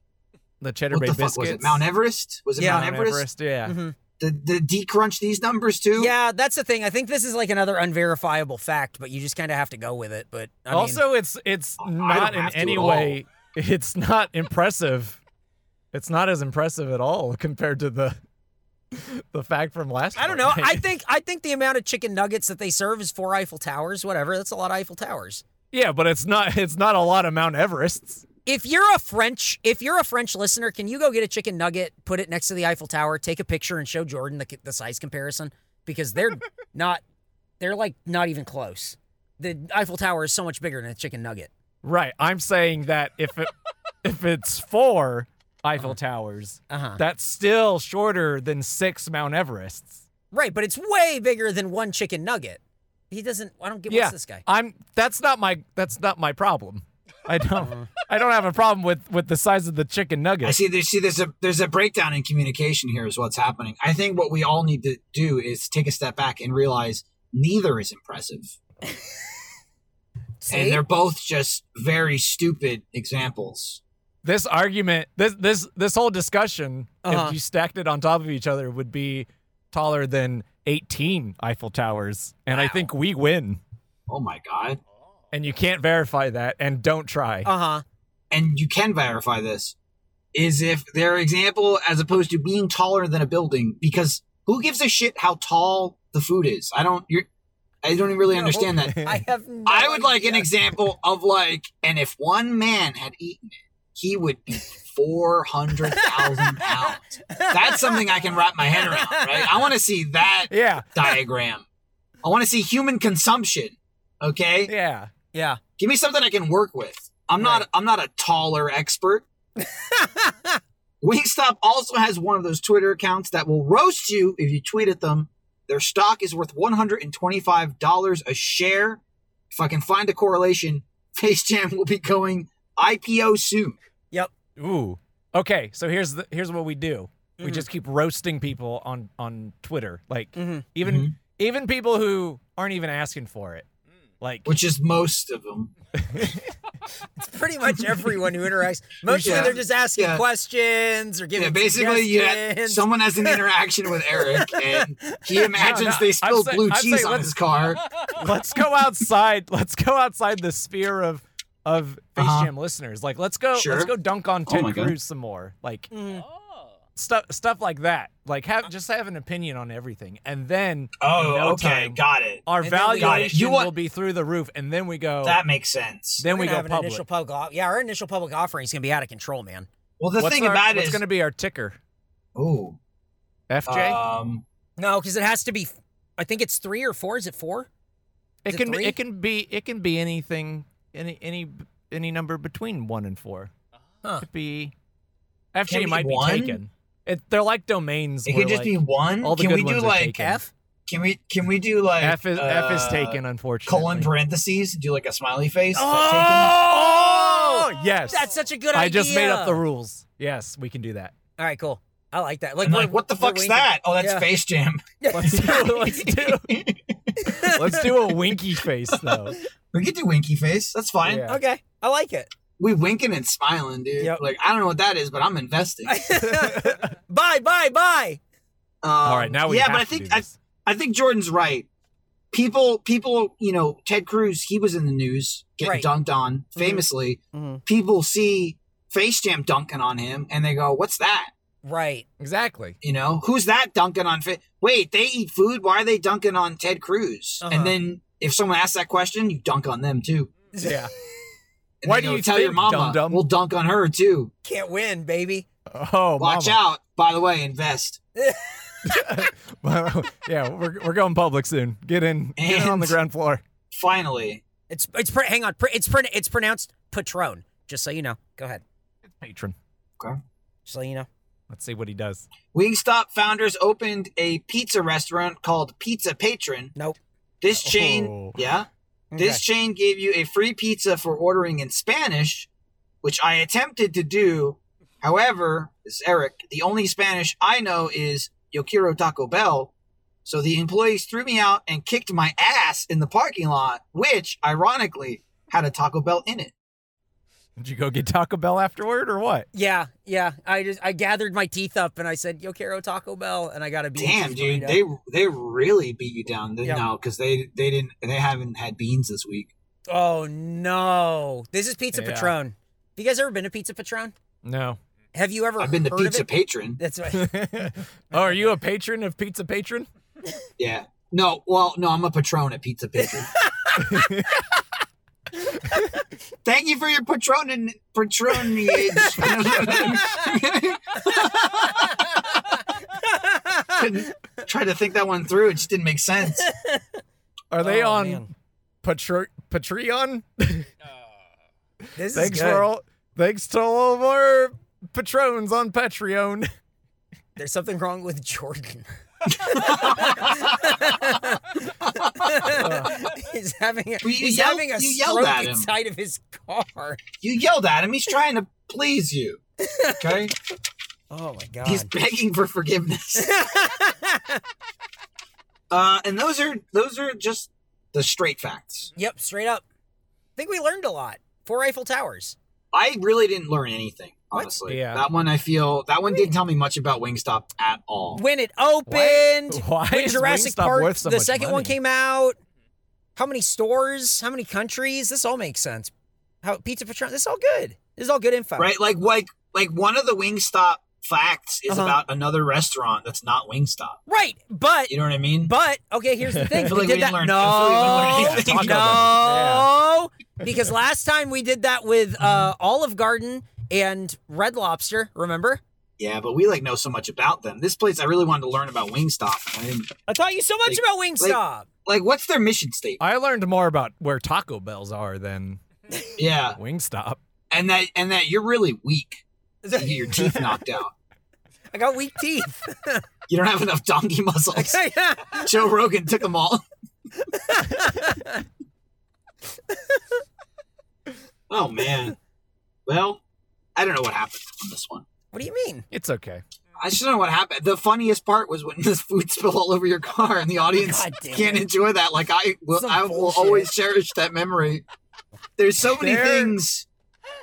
Speaker 5: The cheddar
Speaker 3: what
Speaker 5: bay
Speaker 3: the fuck
Speaker 5: biscuits.
Speaker 3: was it? Mount Everest? Was it
Speaker 4: Yeah.
Speaker 3: Mount,
Speaker 5: Mount
Speaker 3: Everest? Mm-hmm.
Speaker 5: Everest, Yeah.
Speaker 4: Mhm.
Speaker 3: Did, did decrunch these numbers too?
Speaker 4: (laughs) Yeah, that's the thing. I think this is like another unverifiable fact, but you just kind of have to go with it. But I mean,
Speaker 5: also, it's it's
Speaker 3: I don't
Speaker 5: not in
Speaker 3: have to
Speaker 5: any
Speaker 3: at all.
Speaker 5: way. (laughs) It's not impressive. It's not as impressive at all compared to the (laughs) the fact from last.
Speaker 4: I
Speaker 5: (laughs)
Speaker 4: don't know.
Speaker 5: Friday.
Speaker 4: I think I think the amount of chicken nuggets that they serve is four Eiffel Towers. Whatever. That's a lot of Eiffel Towers.
Speaker 5: yeah, but it's not. It's not a lot of Mount Everests.
Speaker 4: If you're a French, if you're a French listener, can you go get a chicken nugget, put it next to the Eiffel Tower, take a picture, and show Jordan the, the size comparison?
Speaker 3: (laughs)
Speaker 4: Because they're not, they're like not even close. The Eiffel Tower is so much bigger than a chicken nugget. (laughs)
Speaker 5: Right. I'm saying that if it if it's four, Eiffel Towers.
Speaker 4: Uh-huh.
Speaker 5: That's still shorter than six Mount Everests.
Speaker 4: Right, but it's way bigger than one chicken nugget. He doesn't. I don't get
Speaker 5: yeah,
Speaker 4: what's this guy.
Speaker 5: I'm. That's not my. That's not my problem. I
Speaker 4: Uh-huh.
Speaker 5: don't. I don't have a problem with with the size of the chicken nugget.
Speaker 3: I see. There's, see, there's a there's a breakdown in communication here. Is what's happening. I think what we all need to do is take a step back and realize neither is impressive,
Speaker 4: See?
Speaker 3: and they're both just very stupid examples.
Speaker 5: this argument this this this whole discussion
Speaker 4: Uh-huh.
Speaker 5: if you stacked it on top of each other would be taller than 18 eiffel towers and i think we win
Speaker 3: Oh my god!
Speaker 5: and you can't verify that and don't try
Speaker 4: Uh huh.
Speaker 3: And you can verify this is if their example as opposed to being taller than a building because who gives a shit how tall the food is? I don't. You're. I don't even really understand that.
Speaker 5: Oh,
Speaker 4: I have. No
Speaker 3: I would like an
Speaker 4: idea.
Speaker 3: example of like, and if one man had eaten it, he would be four hundred thousand pounds. That's something I can wrap my head around, right? I want to see that
Speaker 5: yeah
Speaker 3: diagram. I want to see human consumption. Okay,
Speaker 5: yeah
Speaker 4: Yeah.
Speaker 3: give me something I can work with. I'm not. I'm not a taller
Speaker 5: (laughs)
Speaker 3: expert. Wingstop also has one of those Twitter accounts that will roast you if you tweet at them. Their stock is worth $125 a share. If I can find a correlation, (laughs) Face Jam will be going IPO soon.
Speaker 4: Yep.
Speaker 5: ooh okay so here's the here's what we do we
Speaker 4: Mm-hmm.
Speaker 5: just keep roasting people on on twitter like
Speaker 4: Mm-hmm.
Speaker 5: even even people who aren't even asking for it like
Speaker 3: Which is most of them.
Speaker 4: It's pretty much everyone who
Speaker 3: (laughs)
Speaker 4: interacts. Mostly
Speaker 3: Yeah.
Speaker 4: they're just asking
Speaker 3: Yeah.
Speaker 4: questions or giving.
Speaker 3: Yeah, basically, you had,
Speaker 4: suggestions.
Speaker 3: someone
Speaker 5: (laughs)
Speaker 3: has an interaction with Eric, and he imagines
Speaker 5: no,
Speaker 3: they
Speaker 5: I'm
Speaker 3: spilled
Speaker 5: saying-
Speaker 3: blue
Speaker 5: I'm
Speaker 3: cheese
Speaker 5: saying
Speaker 3: on
Speaker 5: let's- (laughs)
Speaker 3: his car.
Speaker 5: (laughs) let's go outside. Let's go outside the sphere of of Face
Speaker 3: Uh-huh.
Speaker 5: Jam listeners. Like let's go
Speaker 3: Sure.
Speaker 5: let's go dunk on
Speaker 3: Oh
Speaker 5: Ted
Speaker 3: my God.
Speaker 5: Cruz some more. Like
Speaker 4: Mm.
Speaker 5: stuff stuff like that. Like have just have an opinion on everything, and then in no time,
Speaker 3: Oh,
Speaker 5: Oh.
Speaker 3: Got it.
Speaker 5: our
Speaker 4: then we- Got it. You
Speaker 5: valuation
Speaker 3: want-
Speaker 5: will be through the roof, and then we go.
Speaker 3: makes sense.
Speaker 5: then
Speaker 4: We're
Speaker 5: we
Speaker 4: gonna
Speaker 5: go
Speaker 4: have an
Speaker 5: public.
Speaker 4: initial public. o- Yeah, our initial public offering is gonna be out of control, man.
Speaker 3: Well, the
Speaker 5: what's
Speaker 3: thing
Speaker 5: our-
Speaker 3: about it
Speaker 5: what's
Speaker 3: is.
Speaker 5: going to be our ticker?
Speaker 3: Ooh,
Speaker 5: FJ.
Speaker 3: um,
Speaker 4: No, because it has to be. I think it's three or four. Is it four?
Speaker 5: it
Speaker 4: it
Speaker 5: can
Speaker 4: three?
Speaker 5: it can be it can be anything any any any number between one and four.
Speaker 4: Huh.
Speaker 5: Could be
Speaker 3: Can
Speaker 5: FJ
Speaker 3: be
Speaker 5: might
Speaker 3: one?
Speaker 5: be taken. It, they're like domains.
Speaker 3: It
Speaker 5: where,
Speaker 3: could just
Speaker 5: like,
Speaker 3: be one.
Speaker 5: all the
Speaker 3: can
Speaker 5: good
Speaker 3: we do
Speaker 5: ones are
Speaker 3: like
Speaker 5: taken.
Speaker 4: F.
Speaker 3: Can we can we do like
Speaker 5: F is F is
Speaker 3: uh,
Speaker 5: taken, unfortunately.
Speaker 3: Colon parentheses. Do like a smiley face. Is that
Speaker 5: Oh yes,
Speaker 4: That's such a good idea.
Speaker 5: I just made up the rules. Yes, we can do
Speaker 3: (laughs)
Speaker 5: that.
Speaker 4: All right, cool. I like that.
Speaker 3: taken?
Speaker 4: Like,
Speaker 3: And
Speaker 4: we're-
Speaker 3: like what the
Speaker 4: we're
Speaker 3: fuck's
Speaker 4: winking-
Speaker 3: that? Oh, that's
Speaker 4: Yeah.
Speaker 3: Face Jam.
Speaker 5: (laughs)
Speaker 3: (laughs)
Speaker 5: Let's
Speaker 4: (laughs)
Speaker 5: do let's do let's do a winky face though.
Speaker 3: We could do winky face. That's fine.
Speaker 5: Yeah.
Speaker 4: Okay, I like it.
Speaker 3: We winking and smiling, dude.
Speaker 4: Yep.
Speaker 3: Like I don't know what that is, but I'm
Speaker 5: (laughs)
Speaker 3: Um, investing.
Speaker 4: (laughs) bye, bye, bye.
Speaker 3: Um,
Speaker 5: All right, now we
Speaker 3: yeah,
Speaker 5: have
Speaker 3: but I
Speaker 5: to
Speaker 3: think
Speaker 5: do
Speaker 3: I,
Speaker 5: this.
Speaker 3: I think Jordan's right. People, people, you know, Ted Cruz, he was in the news getting
Speaker 4: Right. Mm-hmm.
Speaker 3: dunked on famously.
Speaker 4: Mhm.
Speaker 3: People see Face Jam dunking on him, and they go, "What's that?"
Speaker 4: Right.
Speaker 5: exactly.
Speaker 3: You know, who's that dunking on? Fa- Wait, they eat food. Why are they dunking on Ted Cruz?
Speaker 4: Uh-huh.
Speaker 3: And then if someone asks that question, you dunk on them too.
Speaker 4: (laughs)
Speaker 5: Yeah.
Speaker 3: And
Speaker 5: Why
Speaker 3: then
Speaker 5: do
Speaker 3: you'll
Speaker 5: you
Speaker 3: tell your
Speaker 5: think,
Speaker 3: mama?
Speaker 5: dum-dum?
Speaker 3: We'll dunk on her too.
Speaker 4: Can't win, baby.
Speaker 5: Oh,
Speaker 3: Watch
Speaker 5: mama.
Speaker 3: out. By the way, invest.
Speaker 5: (laughs)
Speaker 4: (laughs)
Speaker 5: yeah, we're we're going public soon. Get in, get in on the
Speaker 3: And-
Speaker 5: ground floor.
Speaker 3: Finally,
Speaker 4: It's it's pr- hang on. Pr- it's pr- it's pronounced Patron. Just so you know. Go ahead.
Speaker 5: Patron.
Speaker 3: okay.
Speaker 4: Just so you know.
Speaker 5: Let's see what he does.
Speaker 3: Wingstop founders opened a pizza restaurant called Pizza Patron.
Speaker 4: Nope.
Speaker 3: This chain,
Speaker 5: Oh.
Speaker 3: yeah, this chain gave you a free pizza for ordering in Spanish, which I attempted to do. However, this is Eric. The only Spanish I know is Yo quiero Taco Bell. So the employees threw me out and kicked my ass in the parking lot, which ironically had a Taco Bell in it.
Speaker 5: Did you go get Taco Bell afterward or what?
Speaker 4: Yeah, yeah. I just I gathered my teeth up and I said, "Yo quiero Taco Bell," and I got a bean
Speaker 3: Damn,
Speaker 4: cheese
Speaker 3: dude,
Speaker 4: burrito.
Speaker 3: they they really beat you down
Speaker 4: Yeah.
Speaker 3: now because they they didn't they haven't had beans this week.
Speaker 4: Oh no! This is Pizza
Speaker 5: Yeah.
Speaker 4: Patron. Have you guys ever been to Pizza Patron?
Speaker 5: No. (laughs)
Speaker 4: Have you ever?
Speaker 3: I've been to
Speaker 4: heard
Speaker 3: Pizza
Speaker 4: of it?
Speaker 3: Patron.
Speaker 4: That's
Speaker 3: (laughs)
Speaker 4: right.
Speaker 5: oh, are you a patron of Pizza Patron?
Speaker 3: Yeah. No, well, no, I'm a patron at Pizza Patron. Thank you for your patronin patronage. Couldn't- Tried to think that one through. It just didn't make sense.
Speaker 5: Are they
Speaker 4: Oh,
Speaker 5: on
Speaker 4: man.
Speaker 5: Patro- Patreon?
Speaker 4: This
Speaker 5: thanks
Speaker 4: is
Speaker 5: for
Speaker 4: good.
Speaker 5: all. Thanks to all of our patrons on Patreon.
Speaker 4: There's something wrong with Jordan. (laughs) he's having a,
Speaker 3: Well, you
Speaker 4: he's
Speaker 3: yelled-
Speaker 4: having a
Speaker 3: you yelled at
Speaker 4: stroke
Speaker 3: him.
Speaker 4: inside of his car.
Speaker 3: You yelled at him. He's trying to please you. Okay?
Speaker 4: Oh my god.
Speaker 3: He's begging for forgiveness. uh, and those are those are just the straight facts.
Speaker 4: yep, straight up. I think we learned a lot. Four Eiffel Towers.
Speaker 3: I really didn't learn anything,
Speaker 4: What?
Speaker 3: honestly.
Speaker 5: Yeah.
Speaker 3: That one I feel that one didn't tell me much about Wingstop at all.
Speaker 4: When it opened,
Speaker 5: (laughs) Why
Speaker 4: when
Speaker 5: is
Speaker 4: Jurassic
Speaker 5: Wingstop
Speaker 4: Park,
Speaker 5: worth so
Speaker 4: the
Speaker 5: much
Speaker 4: second one
Speaker 5: money?
Speaker 4: came out. How many stores? How many countries? This all makes sense. How Pizza Patron? This is all good. This is all good info.
Speaker 3: Right? Like like like one of the Wingstop facts is
Speaker 4: Uh-huh.
Speaker 3: about another restaurant that's not Wingstop.
Speaker 4: Right, but
Speaker 3: You know what I mean?
Speaker 4: But okay, here's the
Speaker 3: (laughs)
Speaker 4: thing.
Speaker 3: I
Speaker 4: We
Speaker 3: feel like
Speaker 4: did
Speaker 3: we
Speaker 4: that.
Speaker 3: didn't learn- I feel like we (laughs)
Speaker 4: no,
Speaker 3: didn't learn anything.
Speaker 5: Taco
Speaker 4: no, because last time we did that with uh,
Speaker 3: Mm-hmm.
Speaker 4: Olive Garden and Red Lobster. Remember?
Speaker 3: yeah, but we like know so much about them. This place I really wanted to learn about Wingstop. I didn't,
Speaker 4: I taught you so much
Speaker 3: Like-
Speaker 4: about Wingstop.
Speaker 3: like what's their mission statement?
Speaker 5: I learned more about where Taco Bells are than
Speaker 4: Uh,
Speaker 3: Yeah.
Speaker 5: Wingstop.
Speaker 3: And that and that you're really weak. You get your
Speaker 4: (laughs)
Speaker 3: teeth knocked out.
Speaker 4: I got weak
Speaker 3: (laughs)
Speaker 4: teeth.
Speaker 3: You don't have enough donkey
Speaker 4: (laughs)
Speaker 3: muscles. Joe Rogan took them all. (laughs) oh man. Well, I don't know what happened on this one.
Speaker 4: what do you mean?
Speaker 5: It's okay.
Speaker 3: I just don't know what happened. The funniest part was when (laughs) this food spilled all over your car, and the audience
Speaker 4: God damn
Speaker 3: can't
Speaker 4: it.
Speaker 3: enjoy that. Like I will,
Speaker 4: Some
Speaker 3: I will
Speaker 4: bullshit.
Speaker 3: always cherish that memory. There's so many
Speaker 5: There-
Speaker 3: things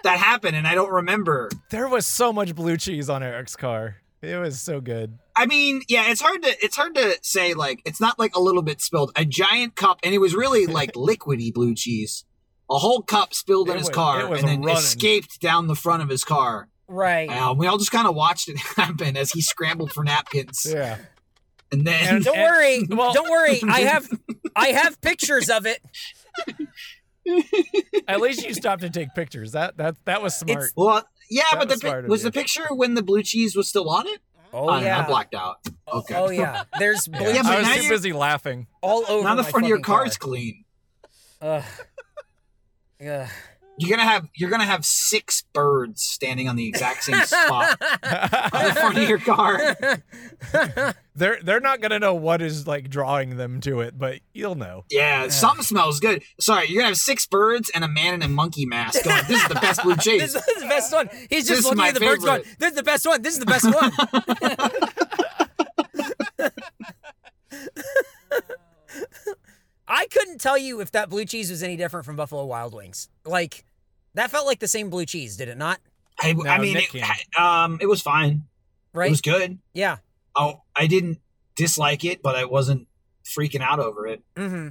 Speaker 3: that happen, and I don't remember.
Speaker 5: There was so much blue cheese on Eric's car. It was so good.
Speaker 3: I mean, yeah, it's hard to it's hard to say like it's not like a little bit spilled. A giant cup, and it was
Speaker 5: (laughs)
Speaker 3: really like liquidy blue cheese. A whole cup spilled in
Speaker 5: It
Speaker 3: his
Speaker 5: was-
Speaker 3: car
Speaker 5: it was
Speaker 3: and then
Speaker 5: running.
Speaker 3: escaped down the front of his car.
Speaker 4: Right.
Speaker 3: Uh, we all just kind of watched it (laughs) happen as he scrambled for napkins,
Speaker 5: Yeah. (laughs)
Speaker 3: and then
Speaker 5: And-
Speaker 4: Don't worry.
Speaker 5: well-
Speaker 4: don't worry. I have I have pictures of it.
Speaker 5: At least you stopped to take pictures. That that that was smart.
Speaker 4: It's-
Speaker 3: (laughs) well, yeah,
Speaker 5: That
Speaker 3: but the
Speaker 5: was
Speaker 3: pic-
Speaker 5: smart of
Speaker 3: was
Speaker 5: you.
Speaker 3: the picture when the blue cheese was still on it?
Speaker 4: Oh
Speaker 3: I, don't know, I
Speaker 4: yeah.
Speaker 3: blacked out. Okay,
Speaker 4: Oh yeah. There's blue
Speaker 3: (laughs) Yeah, but
Speaker 5: I was
Speaker 3: now
Speaker 5: too
Speaker 3: you're-
Speaker 5: busy laughing.
Speaker 4: all over.
Speaker 3: now the
Speaker 4: my
Speaker 3: front of your
Speaker 4: fucking
Speaker 3: car's clean.
Speaker 4: (laughs) Car. Ugh. Ugh.
Speaker 3: You're gonna have you're gonna have six birds standing on the exact same
Speaker 5: (laughs)
Speaker 3: spot on the front of your car.
Speaker 5: they're they're not gonna know what is like drawing them to it, but you'll know.
Speaker 3: Yeah, something smells good. Sorry, you're gonna have six birds and a man in a monkey mask going, This is the best
Speaker 4: (laughs)
Speaker 3: blue
Speaker 4: This
Speaker 3: cheese.
Speaker 4: is the best one.
Speaker 3: This
Speaker 4: He's just
Speaker 3: is
Speaker 4: looking
Speaker 3: my
Speaker 4: at the birds going,
Speaker 3: favorite.
Speaker 4: This is the best one. This is the best one. (laughs) I couldn't tell you if that blue cheese was any different from Buffalo Wild Wings. Like, that felt like the same blue cheese, did it not?
Speaker 3: I, I
Speaker 5: No,
Speaker 3: mean,
Speaker 5: Nick
Speaker 3: it,
Speaker 5: can't.
Speaker 3: I- um, it was fine.
Speaker 4: Right?
Speaker 3: It was good.
Speaker 4: yeah.
Speaker 3: Oh, I didn't dislike it, but I wasn't freaking out over it.
Speaker 4: Mm-hmm.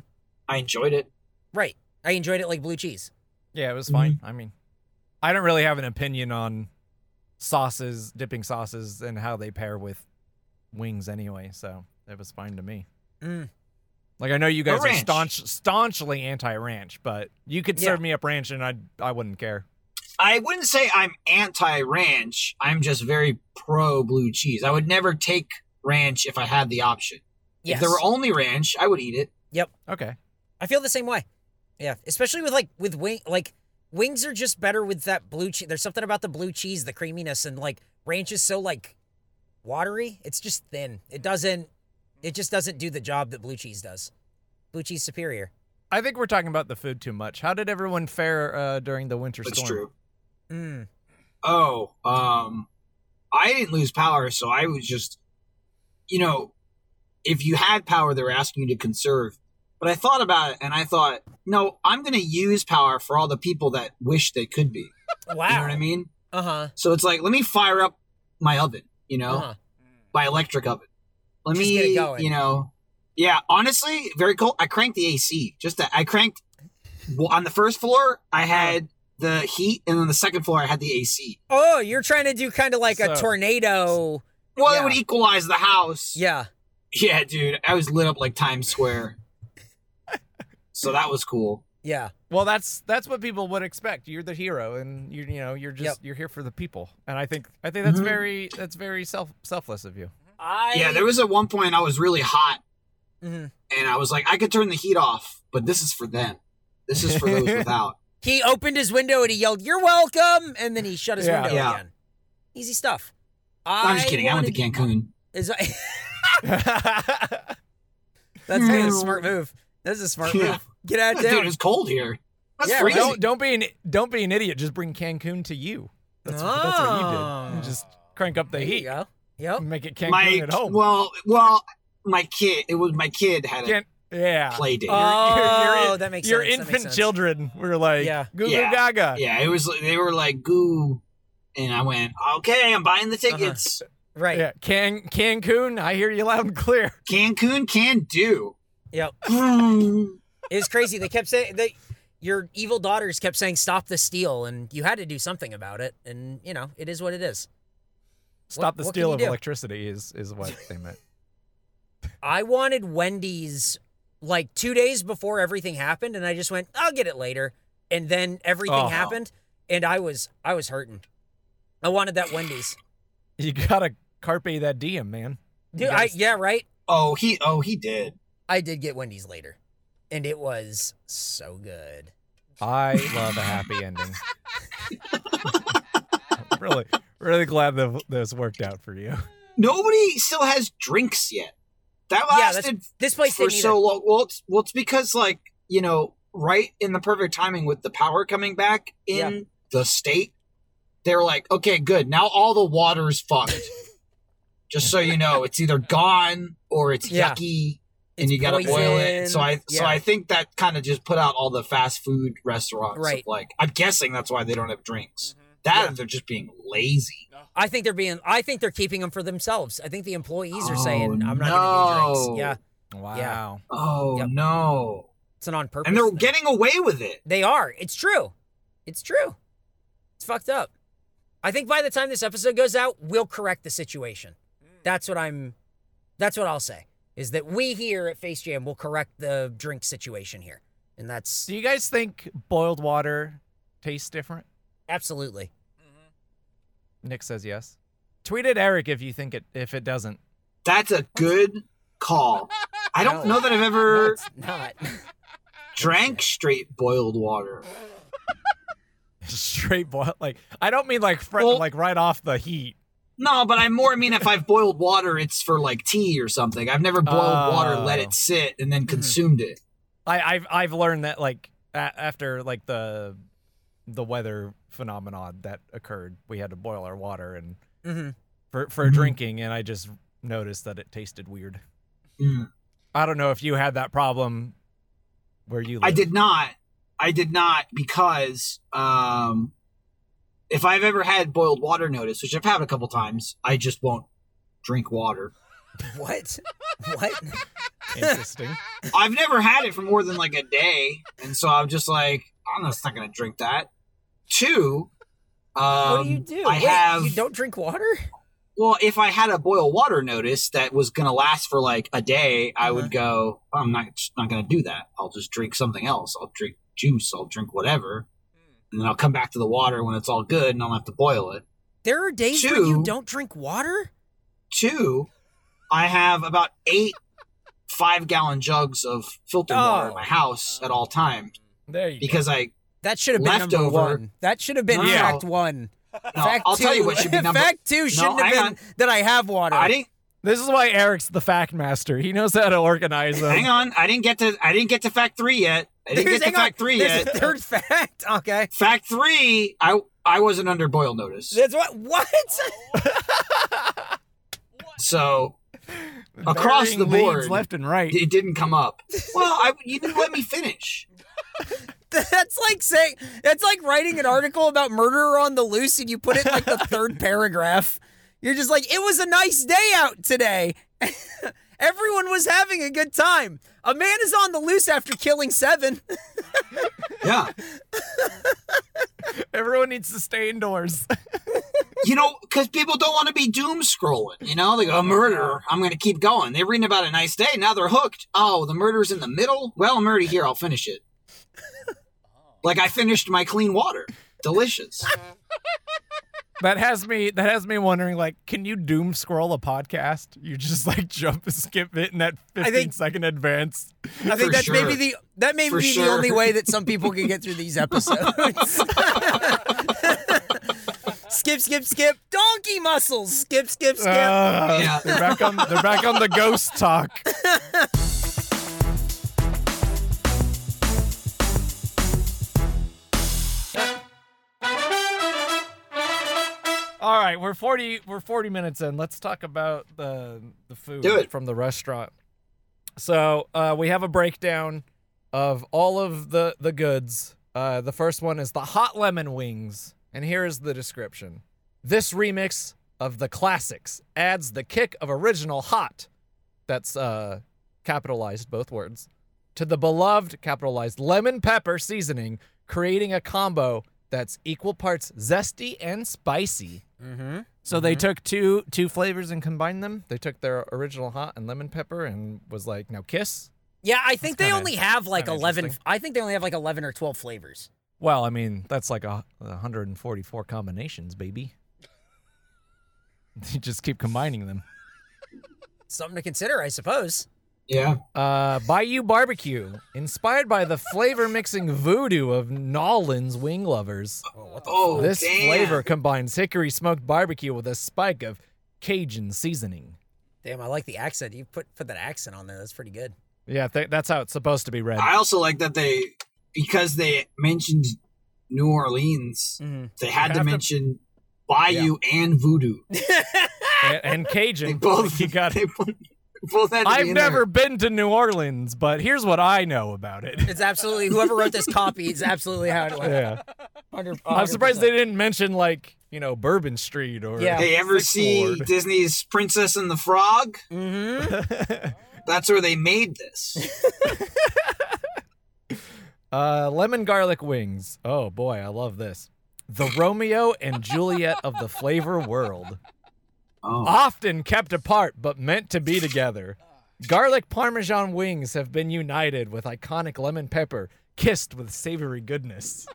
Speaker 3: I enjoyed it.
Speaker 4: Right. I enjoyed it like blue cheese.
Speaker 5: Yeah, it was fine.
Speaker 3: Mm-hmm.
Speaker 5: I mean, I don't really have an opinion on sauces, dipping sauces, and how they pair with wings anyway. So it was fine to me.
Speaker 4: Mm.
Speaker 5: Like I know you guys are
Speaker 3: ranch.
Speaker 5: staunch, staunchly anti-ranch, but you could
Speaker 4: Yeah.
Speaker 5: serve me up ranch and I I wouldn't care.
Speaker 3: I wouldn't say I'm anti ranch. I'm just very pro blue cheese. I would never take ranch if I had the option.
Speaker 4: Yes.
Speaker 3: If there were only ranch, I would eat it.
Speaker 5: Okay.
Speaker 4: I feel the same way. Yeah, especially with like with wing like wings are just better with that blue cheese. There's something about the blue cheese, the creaminess, and like ranch is so like watery. It's just thin. It doesn't. It just doesn't do the job that blue cheese does. Blue cheese superior.
Speaker 5: I think we're talking about the food too much. How did everyone fare uh, during the winter
Speaker 3: That's
Speaker 5: storm?
Speaker 3: true.
Speaker 4: Mm.
Speaker 3: oh um i didn't lose power so i was just you know if you had power they were asking you to conserve but i thought about it and i thought no i'm going to use power for all the people that wish they could be
Speaker 4: Wow.
Speaker 3: you know what i mean
Speaker 4: Uh huh.
Speaker 3: so it's like let me fire up my oven you know
Speaker 4: Uh-huh.
Speaker 3: my electric oven let
Speaker 4: Just
Speaker 3: me
Speaker 4: get it going.
Speaker 3: you know yeah honestly very cold i cranked the ac just to, i cranked well, on the first floor i had the heat and on the second floor i had the ac
Speaker 4: Oh, you're trying to do kind of like
Speaker 5: So-
Speaker 4: a tornado.
Speaker 3: Well,
Speaker 4: Yeah.
Speaker 3: it would equalize the house.
Speaker 4: Yeah.
Speaker 3: Yeah, dude. I was lit up like Times Square. so that was cool.
Speaker 4: Yeah.
Speaker 5: Well, that's that's what people would expect. You're the hero, and you you know you're just
Speaker 4: Yep.
Speaker 5: you're here for the people. And I think I think that's
Speaker 3: Mhm.
Speaker 5: very that's very self selfless of
Speaker 4: (laughs)
Speaker 5: you.
Speaker 4: I.
Speaker 3: Yeah, there was at one point I was really hot
Speaker 4: Mhm.
Speaker 3: and I was like, I could turn the heat off, but this is for them. This is for those without.
Speaker 4: He opened his window and he yelled, "You're welcome!" And then he shut his
Speaker 5: Yeah.
Speaker 4: window
Speaker 3: Yeah.
Speaker 4: again. Easy stuff.
Speaker 3: I'm just kidding. I went to
Speaker 4: wanna be-
Speaker 3: Cancun.
Speaker 4: Is, (laughs) that's dude, a smart move. That's a smart
Speaker 3: Yeah.
Speaker 4: move. Get out
Speaker 3: Dude,
Speaker 4: there.
Speaker 3: it's cold here. That's
Speaker 4: Yeah,
Speaker 3: freezing.
Speaker 5: don't don't be an don't be an idiot. Just bring Cancun to you. That's, that's what you did. You Just crank up the
Speaker 4: Oh. There you
Speaker 5: heat.
Speaker 4: go. Yep.
Speaker 5: and Make it Cancun
Speaker 3: my
Speaker 5: at home.
Speaker 3: well, well, my kid. It was my kid had a
Speaker 5: Can- yeah.
Speaker 3: play date.
Speaker 5: Uh,
Speaker 4: Oh,
Speaker 5: your,
Speaker 4: that makes
Speaker 5: your
Speaker 4: sense, that
Speaker 5: infant
Speaker 4: makes sense.
Speaker 5: children were like
Speaker 4: Yeah.
Speaker 5: goo goo
Speaker 3: Yeah.
Speaker 5: gaga.
Speaker 3: yeah, it was. They were like goo, and I went, okay, I'm buying the tickets.
Speaker 4: Right.
Speaker 5: Yeah. Can Cancun, I hear you loud and clear.
Speaker 3: Cancun can do.
Speaker 4: Yep.
Speaker 3: Mm.
Speaker 4: It's crazy. They kept saying they your evil daughters kept saying stop the steal and you had to do something about it and you know, it is what it is.
Speaker 5: Stop the
Speaker 4: what can
Speaker 5: steal
Speaker 4: you
Speaker 5: of
Speaker 4: do?
Speaker 5: electricity is is what they (laughs) meant.
Speaker 4: I wanted Wendy's like 2 days before everything happened and I just went, I'll get it later. And then everything
Speaker 5: Oh.
Speaker 4: happened and I was I was hurting. I wanted that Wendy's.
Speaker 5: You gotta carpe that diem, man. You
Speaker 4: Dude,
Speaker 5: gotta
Speaker 4: I yeah, right?
Speaker 3: oh, he. Oh, he did.
Speaker 4: I did get Wendy's later. And it was so good.
Speaker 5: I love a happy ending. (laughs) really, really glad that this worked out for you.
Speaker 3: Nobody still has drinks yet. That
Speaker 4: Yeah, that's-
Speaker 3: lasted
Speaker 4: This place
Speaker 3: for
Speaker 4: didn't either.
Speaker 3: so long. Well, it's, well, it's because like you know, right in the perfect timing with the power coming back in
Speaker 4: Yeah.
Speaker 3: the state, they were like, okay, good. Now all the water's
Speaker 4: (laughs)
Speaker 3: fucked. Just so you know, it's either gone or it's
Speaker 4: Yeah.
Speaker 3: yucky,
Speaker 4: It's
Speaker 3: and you gotta boil it.
Speaker 4: poison.
Speaker 3: So I, so
Speaker 4: Yeah.
Speaker 3: I think that kind of just put out all the fast food restaurants. of,
Speaker 4: Right. Mm-hmm.
Speaker 3: like I'm guessing that's why they don't have drinks. That
Speaker 4: Yeah.
Speaker 3: they're just being lazy.
Speaker 4: I think they're being. I think they're keeping them for themselves. I think the employees are
Speaker 3: Oh,
Speaker 4: saying, "I'm not going to
Speaker 3: no.
Speaker 4: do drinks." Yeah,
Speaker 5: Wow.
Speaker 3: Oh
Speaker 4: Yep.
Speaker 3: no!
Speaker 4: it's an on purpose.
Speaker 3: And they're
Speaker 4: thing.
Speaker 3: getting away with it.
Speaker 4: They are. It's true. It's true. It's fucked up. I think by the time this episode goes out, we'll correct the situation. That's what I'm. That's what I'll say. Is that we here at Face Jam will correct the drink situation here, and that's
Speaker 5: Do you guys think boiled water tastes different?
Speaker 4: absolutely.
Speaker 5: Nick says yes. Tweet at Eric if you think it if it doesn't. (laughs)
Speaker 3: That's a good call. I don't know that I've
Speaker 4: No,
Speaker 3: ever
Speaker 4: it's not. (laughs)
Speaker 3: drank straight boiled water.
Speaker 5: Straight boil like I don't mean like fr-
Speaker 3: Well-
Speaker 5: like right off the heat.
Speaker 3: No, but I more mean if I've boiled water, it's for like tea or something. I've never boiled water, let
Speaker 5: Oh.
Speaker 3: it sit, and then
Speaker 4: Mm-hmm.
Speaker 3: consumed it.
Speaker 5: I, I've I've learned that like a- after like the the weather phenomenon that occurred, we had to boil our water and
Speaker 4: Mhm.
Speaker 5: for for
Speaker 3: Mhm.
Speaker 5: drinking, and I just noticed that it tasted weird.
Speaker 3: Mm.
Speaker 5: I don't know if you had that problem where you. Live.
Speaker 3: I did not. I did not because um, if I've ever had boiled water notice, which I've had a couple times, I just won't drink water.
Speaker 4: What? What?
Speaker 5: (laughs) Interesting.
Speaker 3: I've never had it for more than like a day, and so I'm just like, I'm just not gonna drink that. Two, um,
Speaker 4: what do you do?
Speaker 3: I
Speaker 4: Wait,
Speaker 3: have
Speaker 4: You don't drink water?
Speaker 3: well, if I had a boil water notice that was gonna last for like a day, I
Speaker 4: Uh-huh.
Speaker 3: would go, I'm not just not gonna do that. I'll just drink something else. I'll drink juice. I'll drink whatever, and then I'll come back to the water when it's all good, and I'll have to boil it.
Speaker 4: There are days where you
Speaker 3: Two.
Speaker 4: don't drink water.
Speaker 3: Two, I have about eight five gallon jugs of filtered water
Speaker 4: Oh.
Speaker 3: in my house at all times
Speaker 5: There you
Speaker 3: because I
Speaker 4: That should have been number
Speaker 3: Leftover.
Speaker 4: one. That should have been
Speaker 3: No.
Speaker 4: fact one.
Speaker 3: No,
Speaker 4: fact
Speaker 3: I'll
Speaker 4: two,
Speaker 3: tell you what
Speaker 4: (laughs)
Speaker 3: should be number.
Speaker 4: fact two shouldn't have
Speaker 3: hang
Speaker 4: been
Speaker 3: on.
Speaker 4: that I have water.
Speaker 3: I didn't.
Speaker 5: go. This is why Eric's the fact master. He knows how to organize them.
Speaker 3: Hang on, I didn't get to. I didn't get to fact three yet. I didn't
Speaker 4: There's-
Speaker 3: get to
Speaker 4: hang on,
Speaker 3: fact three
Speaker 4: there's a
Speaker 3: yet.
Speaker 4: third fact.
Speaker 3: (laughs)
Speaker 4: Okay.
Speaker 3: Fact three, I I wasn't under boil notice,
Speaker 4: That's what. What? (laughs)
Speaker 3: so across the
Speaker 5: Varying leads
Speaker 3: board,
Speaker 5: left and right.
Speaker 3: it didn't come up. Well, I, you didn't let me finish.
Speaker 4: That's like saying. That's like writing an article about murderer on the loose, and you put it in,
Speaker 3: (laughs)
Speaker 4: like the third paragraph. You're just like, it was a nice day out today. (laughs) Everyone was having a good time. A man is on the loose after killing seven. (laughs)
Speaker 3: Yeah,
Speaker 5: Everyone needs to stay indoors.
Speaker 3: you know, because people don't want to be doom scrolling. You know, they go murder. I'm going to keep going. They're reading about a nice day. Now they're hooked. Oh, the murder's in the middle. Well, I'm already here. I'll finish it. Like I finished my clean water.
Speaker 5: (laughs)
Speaker 3: Delicious.
Speaker 5: That has me that has me wondering like can you doom scroll a podcast? You just like jump (laughs) and skip it in that 15
Speaker 4: think-
Speaker 5: second advance.
Speaker 4: I think
Speaker 3: For
Speaker 4: that's maybe
Speaker 3: sure.
Speaker 4: the that may
Speaker 3: For
Speaker 4: be the
Speaker 3: sure.
Speaker 4: only way that some people can get through these episodes. (laughs) skip, skip, skip. Donkey muscles. Skip, skip, skip.
Speaker 5: Uh,
Speaker 3: Yeah.
Speaker 5: They're back on. They're back on the ghost talk.
Speaker 4: (laughs)
Speaker 5: All right, we're forty. We're forty minutes in. Let's talk about the the food
Speaker 3: Do it.
Speaker 5: from the restaurant. So uh, we have a breakdown of all of the the goods. Uh, the first one is the hot lemon wings, and here is the description. This remix of the classics adds the kick of original hot, that's uh, capitalized both words, to the beloved capitalized lemon pepper seasoning, creating a combo that's equal parts zesty and spicy.
Speaker 4: Mm-hmm.
Speaker 5: So they took two two flavors and combined them. They took their original hot and lemon pepper and was like, now kiss.
Speaker 4: Yeah, I think they
Speaker 5: kinda-
Speaker 4: only have like
Speaker 5: kinda
Speaker 4: eleven.
Speaker 5: interesting.
Speaker 4: I think they only have like eleven or twelve flavors.
Speaker 5: Well, I mean, that's like a 144 combinations, baby. (laughs) They just keep combining them.
Speaker 4: Something to consider, I suppose.
Speaker 3: Yeah.
Speaker 5: Uh, Bayou Barbecue, inspired by the flavor mixing voodoo of Nolan's wing lovers.
Speaker 3: Oh,
Speaker 5: this
Speaker 3: damn.
Speaker 5: flavor combines hickory smoked barbecue with a spike of Cajun seasoning.
Speaker 4: Damn, I like the accent. You put put that accent on there. That's pretty good.
Speaker 5: Yeah, th- that's how it's supposed to be read.
Speaker 3: I also like that they because they mentioned New Orleans,
Speaker 4: Mm-hmm.
Speaker 3: they had to
Speaker 5: Mm. have to-
Speaker 3: mention Bayou and Voodoo.
Speaker 5: and, and
Speaker 3: They
Speaker 5: Cajun.
Speaker 3: both
Speaker 5: You got it.
Speaker 3: (laughs) they both, both had to be
Speaker 5: I've
Speaker 3: in
Speaker 5: never
Speaker 3: there.
Speaker 5: been to New Orleans, but here's what I know about it.
Speaker 3: (laughs)
Speaker 4: It's absolutely whoever wrote this copy. It's absolutely how it went.
Speaker 5: Yeah.
Speaker 4: 100
Speaker 5: I'm surprised they didn't mention like you know Bourbon Street or
Speaker 4: Yeah.
Speaker 3: Hey, ever
Speaker 5: Sixth
Speaker 3: see
Speaker 5: Ward. (laughs)
Speaker 3: Disney's Princess and the Frog?
Speaker 4: Mm-hmm.
Speaker 3: That's where they
Speaker 5: (laughs)
Speaker 3: made this.
Speaker 5: Uh, lemon garlic wings. Oh boy, I love this. The Romeo and Juliet of the flavor world, Uh,
Speaker 3: Oh,
Speaker 5: often kept apart but meant to be together. Garlic parmesan wings have been united with iconic lemon pepper, kissed with savory goodness.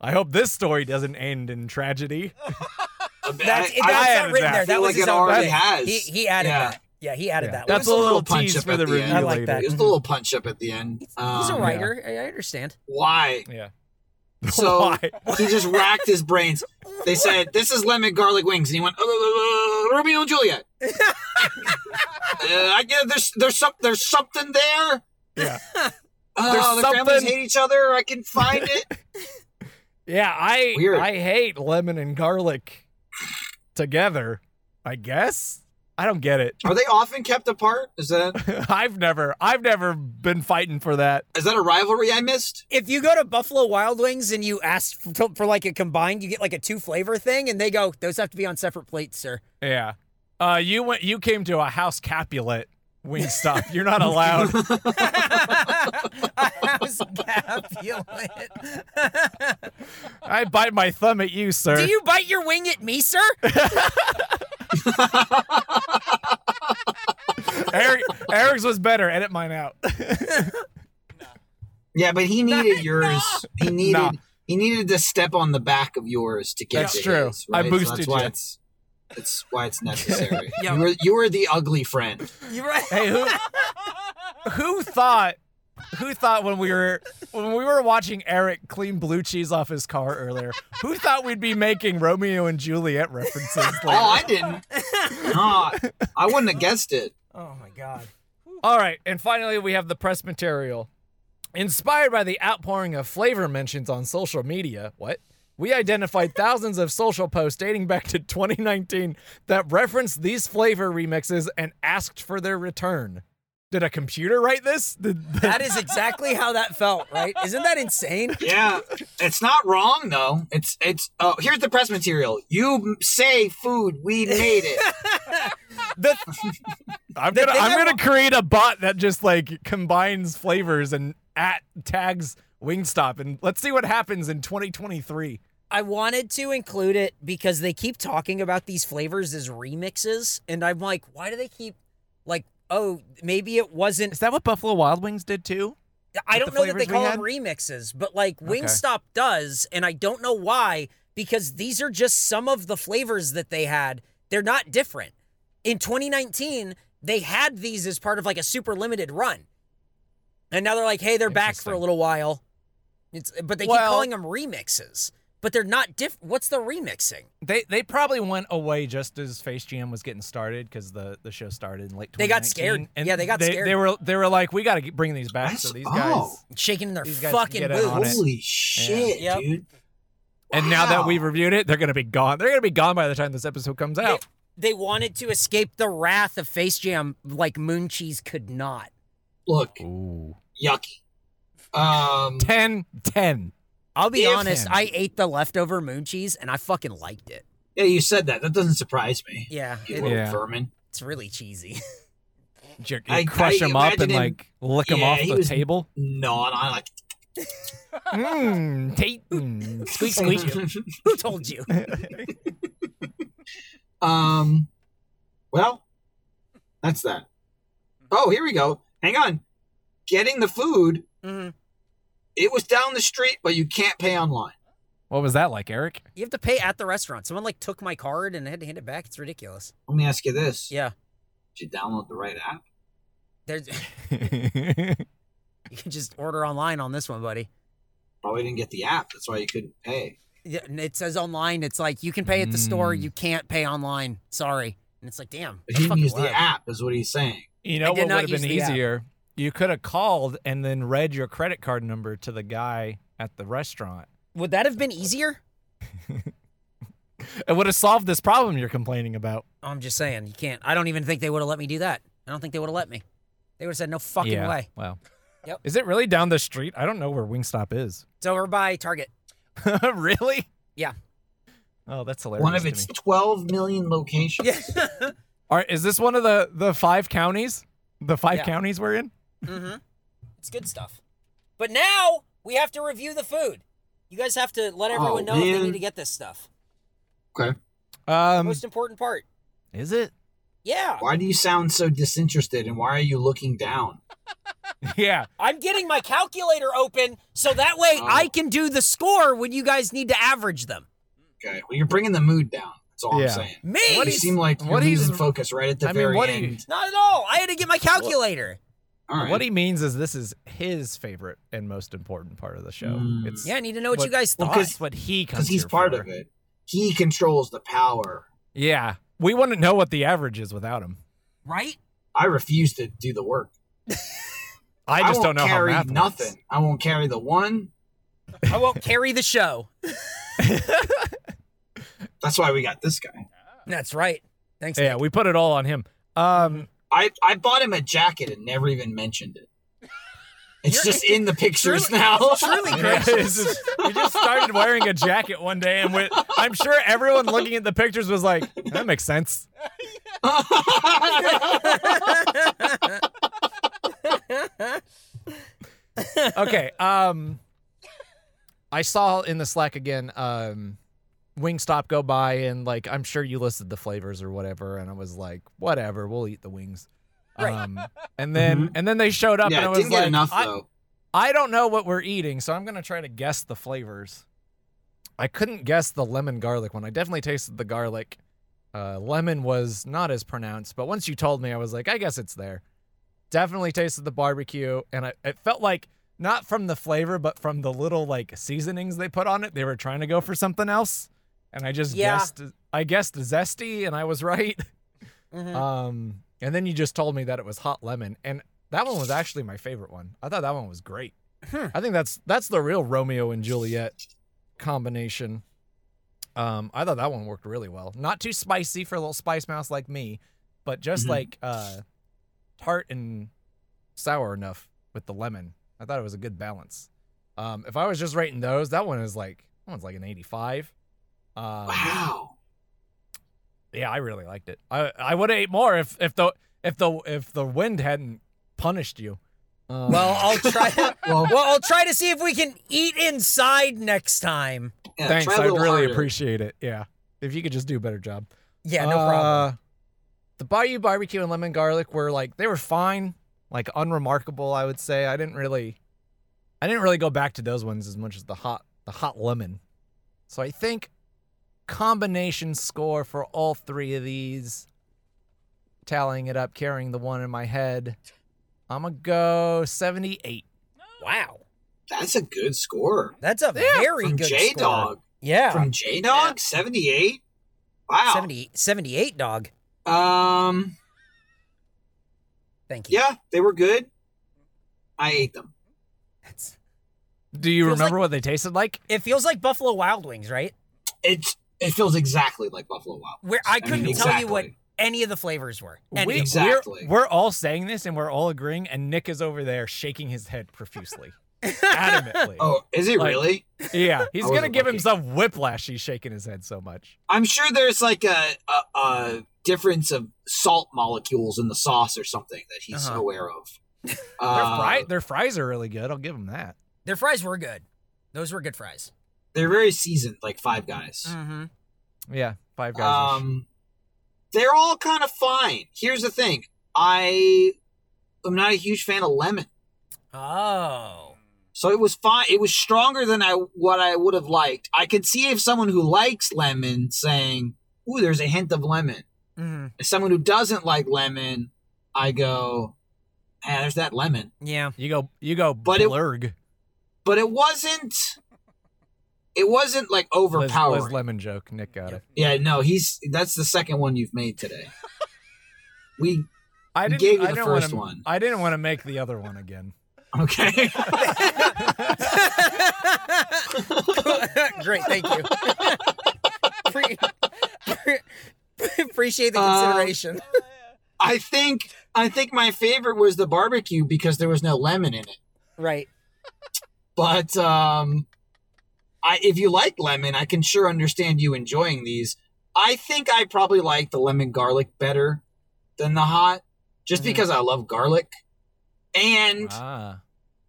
Speaker 5: I hope this story doesn't end in tragedy.
Speaker 4: That's,
Speaker 3: I-
Speaker 4: it,
Speaker 3: I-
Speaker 4: that's
Speaker 5: added
Speaker 4: not written
Speaker 5: that.
Speaker 4: there.
Speaker 5: I
Speaker 3: feel
Speaker 4: That was
Speaker 3: like
Speaker 4: his
Speaker 3: it
Speaker 4: own
Speaker 3: already
Speaker 4: thing.
Speaker 3: has.
Speaker 4: He, he added
Speaker 3: Yeah.
Speaker 4: that. Yeah, he added that.
Speaker 5: That's
Speaker 3: It
Speaker 5: a
Speaker 3: was a
Speaker 5: little,
Speaker 3: little punch
Speaker 5: tease
Speaker 3: up
Speaker 5: for
Speaker 3: at
Speaker 5: the
Speaker 3: the
Speaker 5: review
Speaker 3: end. I
Speaker 4: like
Speaker 5: later.
Speaker 4: that.
Speaker 3: It was a little punch up at the end.
Speaker 4: He's a
Speaker 3: Um,
Speaker 4: writer. I I understand.
Speaker 5: (laughs)
Speaker 3: Why?
Speaker 5: Yeah. (laughs)
Speaker 3: So
Speaker 5: Why?
Speaker 3: he just racked his brains. They said, "This is lemon garlic wings," and he went, uh, uh, "Romeo
Speaker 5: (laughs)
Speaker 3: and Juliet." uh, I get there's there's some, there's something there.
Speaker 5: Yeah.
Speaker 3: Oh,
Speaker 5: There's
Speaker 3: their families
Speaker 5: something-
Speaker 3: hate each other. I can find it.
Speaker 5: Yeah, I
Speaker 3: Weird.
Speaker 5: I hate lemon and garlic together. I guess I don't get it.
Speaker 3: Are they often kept apart? Is that
Speaker 5: (laughs) I've never I've never been fighting for that.
Speaker 3: is that a rivalry I missed?
Speaker 4: If you go to Buffalo Wild Wings and you ask for, for like a combined, you get like a two flavor thing, and they go, "Those have to be on separate plates, sir." (laughs)
Speaker 5: Yeah. Uh, you went you came to a house Capulet Wingstop. You're not allowed.
Speaker 4: I was Capulet.
Speaker 5: I bite my thumb at you, sir.
Speaker 4: Do you bite your wing at me, sir?
Speaker 5: (laughs)
Speaker 4: (laughs)
Speaker 5: Eric, Eric's was better. Edit mine out.
Speaker 3: Yeah,
Speaker 5: (laughs)
Speaker 3: but he needed yours. He needed
Speaker 5: Nah.
Speaker 3: he needed to step on the back of yours to get
Speaker 5: That's
Speaker 3: to
Speaker 5: true.
Speaker 3: his,
Speaker 5: I
Speaker 3: right? so
Speaker 5: boosted
Speaker 3: that's why
Speaker 5: you.
Speaker 3: It's, that's why
Speaker 5: (laughs)
Speaker 3: it's necessary.
Speaker 4: Yeah.
Speaker 3: you, were, you were the ugly friend.
Speaker 4: You're right.
Speaker 5: Hey, who who thought who thought when we were when we were watching Eric clean blue cheese off his car earlier? Who thought we'd be making Romeo and Juliet references? Later?
Speaker 3: Oh, I didn't. (laughs) No, I wouldn't have guessed it.
Speaker 4: Oh my god.
Speaker 5: All right, and finally we have the press material. Inspired by the outpouring of flavor mentions on social media, what? We (laughs) identified thousands of social posts dating back to 2019 that referenced these flavor remixes and asked for their return. Did a computer write this? Did,
Speaker 4: That is exactly how that felt, right? Isn't that insane?
Speaker 3: Yeah, it's not wrong though. It's it's. Oh, here's the press material. You m- say food.
Speaker 5: (laughs)
Speaker 3: We made it.
Speaker 4: The,
Speaker 5: I'm
Speaker 4: The
Speaker 5: gonna
Speaker 4: thing
Speaker 5: I'm
Speaker 4: I
Speaker 5: gonna
Speaker 4: wa-
Speaker 5: create a bot that just like combines flavors and at tags Wingstop and let's see what happens in 2023.
Speaker 4: I wanted to include it because they keep talking about these flavors as remixes, and I'm like, why do they keep like, oh, maybe it wasn't
Speaker 5: that what Buffalo Wild Wings did too?
Speaker 4: I
Speaker 5: Like
Speaker 4: don't
Speaker 5: the
Speaker 4: know that they
Speaker 5: flavors we
Speaker 4: call them remixes, but like
Speaker 5: Okay.
Speaker 4: Wingstop does, and I don't know why because these are just some of the flavors that they had. They're not different. In 2019, they had these as part of like a super limited run, and now they're like, hey, they're back for a
Speaker 5: Interesting.
Speaker 4: little while. It's but they
Speaker 5: Well-
Speaker 4: keep calling them remixes, but they're not diff. What's the remixing?
Speaker 5: They they probably went away just as Face Jam was getting started because the, the show started in late.
Speaker 4: They got
Speaker 5: 2019,
Speaker 4: scared. Yeah, they got scared.
Speaker 5: They were they were like, we got to bring these back. So
Speaker 3: That's-
Speaker 5: these
Speaker 3: oh.
Speaker 5: guys,
Speaker 4: Shaking in their
Speaker 5: These guys can
Speaker 4: fucking
Speaker 5: get in on
Speaker 4: boots.
Speaker 5: it.
Speaker 3: Holy shit,
Speaker 4: Yep.
Speaker 3: dude.
Speaker 5: and now that
Speaker 3: Wow.
Speaker 5: we've reviewed it, they're gonna be gone. They're gonna be gone by the time this episode comes out.
Speaker 4: They wanted to escape the wrath of Face Jam like Moon Cheese could not.
Speaker 3: Look,
Speaker 5: Ooh.
Speaker 3: yucky. Um,
Speaker 5: 10, 10.
Speaker 4: I'll be
Speaker 3: If-
Speaker 4: honest, I ate the leftover Moon Cheese and I fucking liked it.
Speaker 3: yeah, you said that. That doesn't surprise me.
Speaker 4: Yeah,
Speaker 3: You
Speaker 4: (laughs) it-
Speaker 3: little
Speaker 5: Yeah.
Speaker 3: vermin.
Speaker 4: it's really cheesy. (laughs)
Speaker 5: You, you
Speaker 3: I-
Speaker 5: crush
Speaker 3: I
Speaker 5: them up and
Speaker 3: imagine him-
Speaker 5: like lick them
Speaker 3: Yeah,
Speaker 5: off
Speaker 3: he
Speaker 5: the
Speaker 3: was-
Speaker 5: table.
Speaker 3: No, and I like.
Speaker 5: Mmm, tate. mm, Squeak, squeak.
Speaker 3: (laughs)
Speaker 4: Who told you?
Speaker 3: um, well, that's that. Oh, here we go. Hang on. Getting the food.
Speaker 4: Mhm.
Speaker 3: It was down the street, but you can't pay online.
Speaker 5: What was that like,
Speaker 3: (laughs)
Speaker 5: Eric?
Speaker 4: You have to pay at the restaurant. Someone like took my card and I had to hand it back. It's ridiculous.
Speaker 3: Let me ask you this:
Speaker 4: Yeah,
Speaker 3: Did you download the right app?
Speaker 4: there's (laughs) you can just order online on this one, buddy.
Speaker 3: Probably didn't get the app. That's why you couldn't pay.
Speaker 4: Yeah, and it says online. It's like you can pay at the store.
Speaker 5: Mm.
Speaker 4: You can't pay online. Sorry. And it's like, damn.
Speaker 3: But he
Speaker 4: I
Speaker 3: didn't
Speaker 4: fucking
Speaker 3: use the
Speaker 4: lied.
Speaker 3: app, is what he's saying.
Speaker 5: You
Speaker 4: I
Speaker 5: know
Speaker 4: did
Speaker 5: what would
Speaker 4: not
Speaker 5: have been
Speaker 4: use the app.
Speaker 5: easier? You could have called and then read your credit card number to the guy at the restaurant.
Speaker 4: Would that have been easier?
Speaker 5: It would have solved this problem you're complaining about.
Speaker 4: I'm just saying, you can't. I don't even think they would have let me do that. I don't think they would have let me. They would have said no fucking
Speaker 5: yeah.
Speaker 4: way.
Speaker 5: Wow.
Speaker 4: Yep.
Speaker 5: Is it really down the street? I don't know where Wingstop is. (laughs)
Speaker 4: It's over by Target. (laughs)
Speaker 5: really?
Speaker 4: Yeah.
Speaker 5: Oh, that's hilarious.
Speaker 3: One of
Speaker 5: to
Speaker 3: its
Speaker 5: me.
Speaker 3: 12 million locations.
Speaker 4: Yeah.
Speaker 5: All right, is this one of the the five counties? The five
Speaker 4: Yeah.
Speaker 5: counties we're in?
Speaker 4: mm-hmm. (laughs) It's good stuff. But now we have to review the food. You guys have to let everyone
Speaker 3: Oh,
Speaker 4: know if they
Speaker 3: man.
Speaker 4: need to get this stuff.
Speaker 3: Okay.
Speaker 5: Um,
Speaker 4: Most important part.
Speaker 5: is it?
Speaker 4: Yeah.
Speaker 3: Why do you sound so disinterested and why are you looking down?
Speaker 5: (laughs) Yeah.
Speaker 4: I'm getting my calculator open so that way
Speaker 3: Oh.
Speaker 4: I can do the score when you guys need to average them.
Speaker 3: Okay. Well, you're bringing the mood down. That's all
Speaker 5: Yeah.
Speaker 3: I'm saying.
Speaker 4: Me?
Speaker 5: What
Speaker 3: you
Speaker 5: he's-
Speaker 3: seem like
Speaker 5: what
Speaker 3: you're
Speaker 5: he's-
Speaker 3: losing focus right at the
Speaker 5: I mean,
Speaker 3: very
Speaker 5: what he-
Speaker 3: end.
Speaker 4: Not at all. I had to get my calculator.
Speaker 3: all right.
Speaker 5: What he means is this is his favorite and most important part of the show.
Speaker 3: Mm.
Speaker 5: It's
Speaker 4: Yeah, I need to know what,
Speaker 5: What-
Speaker 4: you guys
Speaker 5: well,
Speaker 4: thought.
Speaker 5: 'cause what he comes
Speaker 3: because he's
Speaker 5: here
Speaker 3: part
Speaker 5: for.
Speaker 3: of it. He controls the power.
Speaker 5: Yeah. We wouldn't know what the average is without him.
Speaker 4: right?
Speaker 3: I refuse to do the work.
Speaker 5: I just
Speaker 3: won't
Speaker 5: don't know
Speaker 3: carry
Speaker 5: how math
Speaker 3: nothing. I won't carry the one.
Speaker 4: I won't carry the show.
Speaker 5: Works.
Speaker 3: That's why we got this guy.
Speaker 4: That's right. Thanks.
Speaker 5: yeah,
Speaker 4: Nick.
Speaker 5: we put it all on him.
Speaker 3: (laughs)
Speaker 5: Um,
Speaker 3: I I bought him a jacket and never even mentioned it.
Speaker 4: (laughs)
Speaker 3: It's
Speaker 4: You're-
Speaker 3: just in the pictures
Speaker 4: truly- (laughs)
Speaker 3: now. (laughs)
Speaker 4: truly
Speaker 5: yeah, it's just- we just started wearing a jacket one day, and we I'm sure everyone looking at the pictures was like, "That makes sense." Okay. Um, I saw in the Slack again. Um, Wingstop go by, and like I'm sure you listed the flavors or whatever, and I was like, "Whatever, we'll eat the wings."
Speaker 4: Right.
Speaker 5: Um, and then and then they showed up, and
Speaker 3: Mm-hmm. yeah,
Speaker 5: I
Speaker 3: it
Speaker 5: was
Speaker 3: didn't
Speaker 5: like,
Speaker 3: get enough
Speaker 5: I,
Speaker 3: though.
Speaker 5: I don't know what we're eating, so I'm gonna try to guess the flavors. I couldn't guess the lemon garlic one. I definitely tasted the garlic. Uh, lemon was not as pronounced, but once you told me, I was like, I guess it's there. Definitely tasted the barbecue, and I, it felt like not from the flavor, but from the little like seasonings they put on it. They were trying to go for something else, and I just
Speaker 4: Yeah.
Speaker 5: guessed. I guessed zesty, and I was (laughs) right.
Speaker 4: Mhm.
Speaker 5: Um, and then you just told me that it was hot lemon, and that one was actually my favorite one. I thought that one was great.
Speaker 4: Hmm.
Speaker 5: I think that's that's the real Romeo and Juliet combination. Um, I thought that one worked really well. Not too spicy for a little spice mouse like me, but just
Speaker 3: Mhm.
Speaker 5: like uh, tart and sour enough with the lemon. I thought it was a good balance. Um, if I was just rating those, that one is like that one's like an eighty-five. Um,
Speaker 3: Wow.
Speaker 5: yeah, I really liked it. I I would have ate more if if the if the if the wind hadn't punished you. Um, (laughs)
Speaker 4: Well, I'll try.
Speaker 3: Well,
Speaker 4: well, I'll try to see if we can eat inside next time.
Speaker 3: yeah,
Speaker 5: thanks.
Speaker 3: try a
Speaker 5: I'd
Speaker 3: little
Speaker 5: really
Speaker 3: harder.
Speaker 5: appreciate it. Yeah, if you could just do a better job.
Speaker 4: Yeah, no problem.
Speaker 5: Uh, The Bayou barbecue and lemon garlic were like they were fine, like unremarkable. I would say I didn't really, I didn't really go back to those ones as much as the hot the hot lemon. So I think combination score for all three of these, tallying it up, carrying the one in my head. I'm gonna go 78.
Speaker 4: Wow,
Speaker 3: That's a good score.
Speaker 4: that's a very
Speaker 3: From
Speaker 4: good
Speaker 3: J
Speaker 4: score.
Speaker 3: Dog.
Speaker 4: Yeah.
Speaker 3: from J Dog seventy eight. Wow.
Speaker 4: 70, 78 dog.
Speaker 3: Um.
Speaker 4: Thank you.
Speaker 3: Yeah, they were good. I ate them.
Speaker 4: That's-
Speaker 5: Do you
Speaker 4: Feels
Speaker 5: remember what they tasted like?
Speaker 4: it feels like Buffalo Wild Wings, right?
Speaker 3: It's it feels exactly like Buffalo Wild.
Speaker 4: Where I couldn't
Speaker 3: mean,
Speaker 4: tell you what
Speaker 3: exactly.
Speaker 4: any of the flavors were. Any
Speaker 5: We-
Speaker 4: of them.
Speaker 3: Exactly.
Speaker 5: We're, we're all saying this and we're all agreeing, and Nick is over there shaking his head profusely, adamantly.
Speaker 3: (laughs) Oh, is it
Speaker 5: Like-
Speaker 3: really?
Speaker 5: Yeah, he's
Speaker 3: I
Speaker 5: gonna
Speaker 3: wasn't
Speaker 5: give
Speaker 3: looking.
Speaker 5: himself whiplash. He's shaking his head so much.
Speaker 3: I'm sure there's like a, a a difference of salt molecules in the sauce or something that he's
Speaker 4: Uh-huh.
Speaker 3: aware of.
Speaker 5: Their,
Speaker 3: Uh,
Speaker 5: fri- their fries are really good. I'll give them that.
Speaker 4: Their fries were good. Those were good fries.
Speaker 3: They're very seasoned, like Five Guys.
Speaker 4: Mm-hmm.
Speaker 5: Yeah, five guys.
Speaker 3: Um, they're all kind of fine. Here's the thing: I am not a huge fan of lemon,
Speaker 4: Oh.
Speaker 3: so it was fine. It was stronger than I what I would have liked. I could see if someone who likes lemon saying, "Ooh, there's a hint of lemon."
Speaker 5: Mm-hmm.
Speaker 4: hmm
Speaker 3: As someone who doesn't like lemon, I go, "Ah, there's that lemon."
Speaker 5: (laughs)
Speaker 4: Yeah. (laughs)
Speaker 5: you go, you go,
Speaker 3: but it-
Speaker 5: blurg. Liz-
Speaker 3: But it wasn't. It wasn't like
Speaker 5: Liz,
Speaker 3: overpowering.
Speaker 5: lemon joke. Nick got it.
Speaker 3: yeah, no, he's that's the second one you've made today. we
Speaker 5: I didn't.
Speaker 3: gave you
Speaker 5: I
Speaker 3: the
Speaker 5: didn't
Speaker 3: first
Speaker 5: wanna,
Speaker 3: one.
Speaker 5: I didn't want to make the other one again.
Speaker 3: okay.
Speaker 4: Great, thank you. Pre- pre- (laughs) appreciate the
Speaker 3: Um,
Speaker 4: consideration. (laughs)
Speaker 3: I think I think my favorite was the barbecue because there was no lemon in it.
Speaker 4: right.
Speaker 3: But um I if you like lemon, I can sure understand you enjoying these. I think I probably like the lemon garlic better than the hot just
Speaker 4: Mhm.
Speaker 3: because I love garlic. And
Speaker 5: Ah,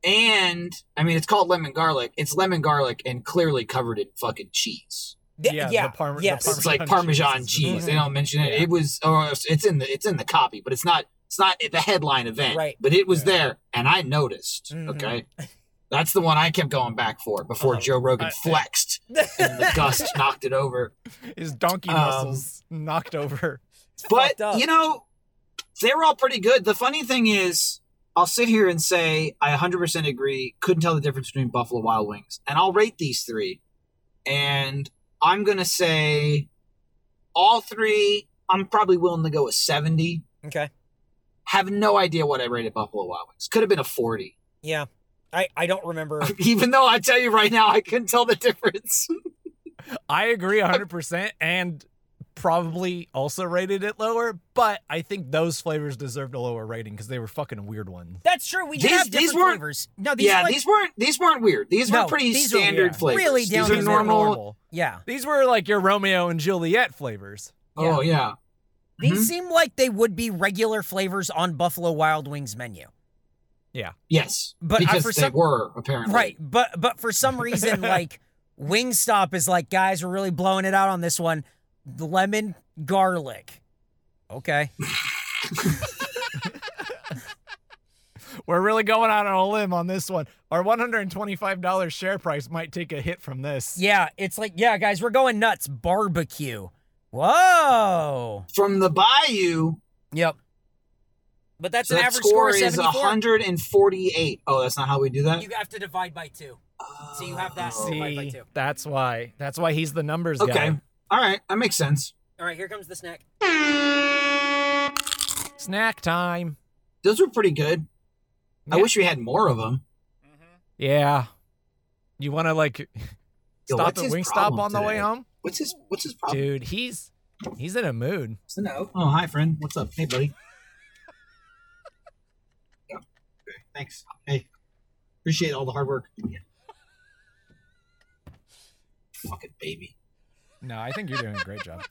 Speaker 3: and I mean it's called lemon garlic. It's lemon garlic and clearly covered in fucking cheese.
Speaker 4: Th-
Speaker 5: Yeah, the parm- the
Speaker 4: yes. (laughs)
Speaker 3: it's like
Speaker 5: Parmesan
Speaker 3: parmesan cheese.
Speaker 5: cheese is-
Speaker 3: They don't mention it.
Speaker 5: Yeah.
Speaker 3: It was, or it's in the it's in the copy, but it's not it's not at the headline event.
Speaker 4: Right.
Speaker 3: But it was
Speaker 5: Yeah. Mm-hmm.
Speaker 3: there, and I noticed.
Speaker 5: (laughs)
Speaker 4: Mhm.
Speaker 3: Okay, that's the one I kept going back for before
Speaker 5: Uh-huh.
Speaker 3: Joe Rogan
Speaker 5: I-
Speaker 3: flexed and
Speaker 5: (laughs)
Speaker 3: the dust knocked it over.
Speaker 5: his donkey
Speaker 3: Um,
Speaker 5: muscles knocked over.
Speaker 3: But
Speaker 4: fucked up.
Speaker 3: you know, they were all pretty good. The funny thing is. I'll sit here and say I 100% agree. Couldn't tell the difference between Buffalo Wild Wings, and I'll rate these three. And I'm gonna say all three. I'm probably willing to go with 70.
Speaker 4: okay.
Speaker 3: have no idea what I rated Buffalo Wild Wings. Could have been a 40.
Speaker 4: Yeah. I, I don't remember.
Speaker 3: (laughs) Even though I tell you right now, I couldn't tell the difference.
Speaker 5: I agree 100% and probably also rated it lower, but I think those flavors deserved a lower rating because they were fucking weird ones.
Speaker 4: That's true. We did
Speaker 3: These-
Speaker 4: have different
Speaker 3: these weren't-
Speaker 4: flavors. No, these
Speaker 3: yeah,
Speaker 4: are like,
Speaker 3: these weren't these weren't weird. These
Speaker 4: No,
Speaker 3: were pretty
Speaker 4: these are-
Speaker 3: standard
Speaker 5: yeah.
Speaker 3: flavors.
Speaker 4: Really down
Speaker 3: these
Speaker 4: to
Speaker 3: are
Speaker 4: the
Speaker 3: normal.
Speaker 4: yeah.
Speaker 5: These were like your Romeo and Juliet flavors.
Speaker 3: Oh yeah.
Speaker 4: These
Speaker 3: Mhm.
Speaker 4: seem like they would be regular flavors on Buffalo Wild Wings menu.
Speaker 3: Yes.
Speaker 4: But I-
Speaker 3: because
Speaker 4: for
Speaker 3: they
Speaker 4: some-
Speaker 3: were apparently
Speaker 4: Right, but but for some reason,
Speaker 3: (laughs)
Speaker 4: like Wingstop is like, guys, we're really blowing it out on this one. Lemon garlic. Okay.
Speaker 3: (laughs)
Speaker 5: We're really going out on a limb on this one. Our $125 share price might take a hit from this.
Speaker 4: Yeah, it's like, yeah, guys, we're going nuts. Barbecue. Whoa.
Speaker 3: From the Bayou,
Speaker 4: Yep. But that's
Speaker 3: so
Speaker 4: an
Speaker 3: that
Speaker 4: average
Speaker 3: score
Speaker 4: of
Speaker 3: is
Speaker 4: 74.
Speaker 3: 148. Oh, that's not how we do that.
Speaker 4: You have to divide by two. so you have that.
Speaker 3: Oh.
Speaker 4: Divide by
Speaker 5: See,
Speaker 4: two.
Speaker 5: that's why. That's why he's the numbers
Speaker 3: Okay.
Speaker 5: guy.
Speaker 3: All right, that makes sense.
Speaker 4: All right, here comes the snack.
Speaker 5: Snack time.
Speaker 3: Those were pretty good. I
Speaker 5: Yeah.
Speaker 3: wish we had more of them.
Speaker 5: Yeah. You want to like
Speaker 3: Yo,
Speaker 5: stop
Speaker 3: what's
Speaker 5: at
Speaker 3: his
Speaker 5: Wingstop
Speaker 3: problem
Speaker 5: on the
Speaker 3: today?
Speaker 5: way home?
Speaker 3: What's his What's his problem?
Speaker 5: Dude, he's he's in a mood.
Speaker 3: So no. Oh, hi, friend. What's up? Hey, buddy. Yeah. Okay, Thanks. Hey, appreciate all the hard work. Fucking baby.
Speaker 5: No, I think you're doing a great job.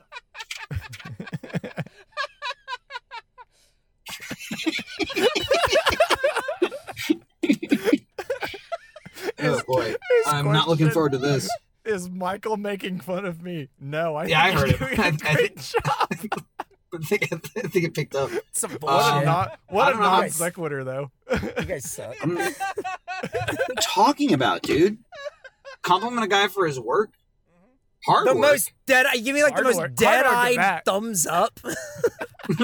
Speaker 3: Oh boy,
Speaker 5: His
Speaker 3: I'm not looking
Speaker 5: question
Speaker 3: forward to this.
Speaker 5: (laughs) Is Michael making fun of me? No, I
Speaker 3: Yeah, I
Speaker 5: think
Speaker 3: heard
Speaker 5: you're
Speaker 3: it.
Speaker 5: doing
Speaker 3: I- I
Speaker 5: a great job.
Speaker 3: I (laughs) think, I think it picked up.
Speaker 4: Some bullshit.
Speaker 5: What
Speaker 3: Um,
Speaker 5: a non, what
Speaker 3: I
Speaker 5: a
Speaker 3: don't know how
Speaker 5: non
Speaker 4: it's-
Speaker 5: sequitur, though.
Speaker 4: Uh, you guys suck.
Speaker 3: I'm, what are you talking about, dude? Compliment a guy for his work. Hard
Speaker 4: The
Speaker 3: work.
Speaker 4: most dead. Give me like
Speaker 5: Hard
Speaker 4: the most
Speaker 5: work. Hard work at
Speaker 4: dead-eyed
Speaker 5: that. (laughs)
Speaker 4: thumbs up. it's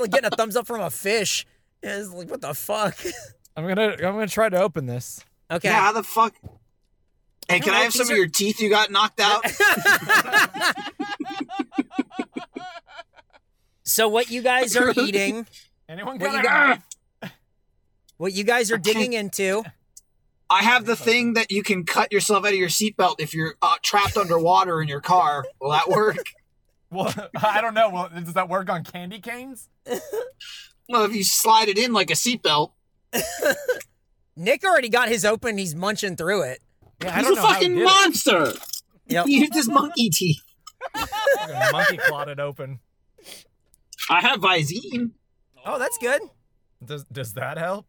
Speaker 4: like getting a thumbs up from a fish. Yeah, It's like what the fuck.
Speaker 5: I'm gonna I'm gonna try to open this.
Speaker 4: Okay.
Speaker 3: yeah, how the fuck? And can
Speaker 4: know,
Speaker 3: I have some
Speaker 4: these
Speaker 3: of
Speaker 4: are-
Speaker 3: your teeth you got knocked (laughs) out?
Speaker 4: (laughs) So what you guys are eating,
Speaker 5: Anyone
Speaker 4: What
Speaker 5: got
Speaker 4: you
Speaker 5: a
Speaker 4: got?
Speaker 5: knife?
Speaker 4: what you guys are digging into.
Speaker 3: I have the thing that you can cut yourself out of your seatbelt if you're uh, trapped underwater in your car. Will that work?
Speaker 5: (laughs)
Speaker 3: (laughs)
Speaker 5: Well, (laughs) I don't know. Well, does that work on candy canes?
Speaker 3: Well, if you slide it in like a seatbelt,
Speaker 4: Nick already got his open. He's munching through it.
Speaker 5: Yeah,
Speaker 3: he's a fucking monster. (laughs)
Speaker 4: Yep.
Speaker 3: He used his monkey teeth.
Speaker 5: Monkey clawed it open.
Speaker 3: I have Visine.
Speaker 4: Oh, that's good.
Speaker 5: Does does that help?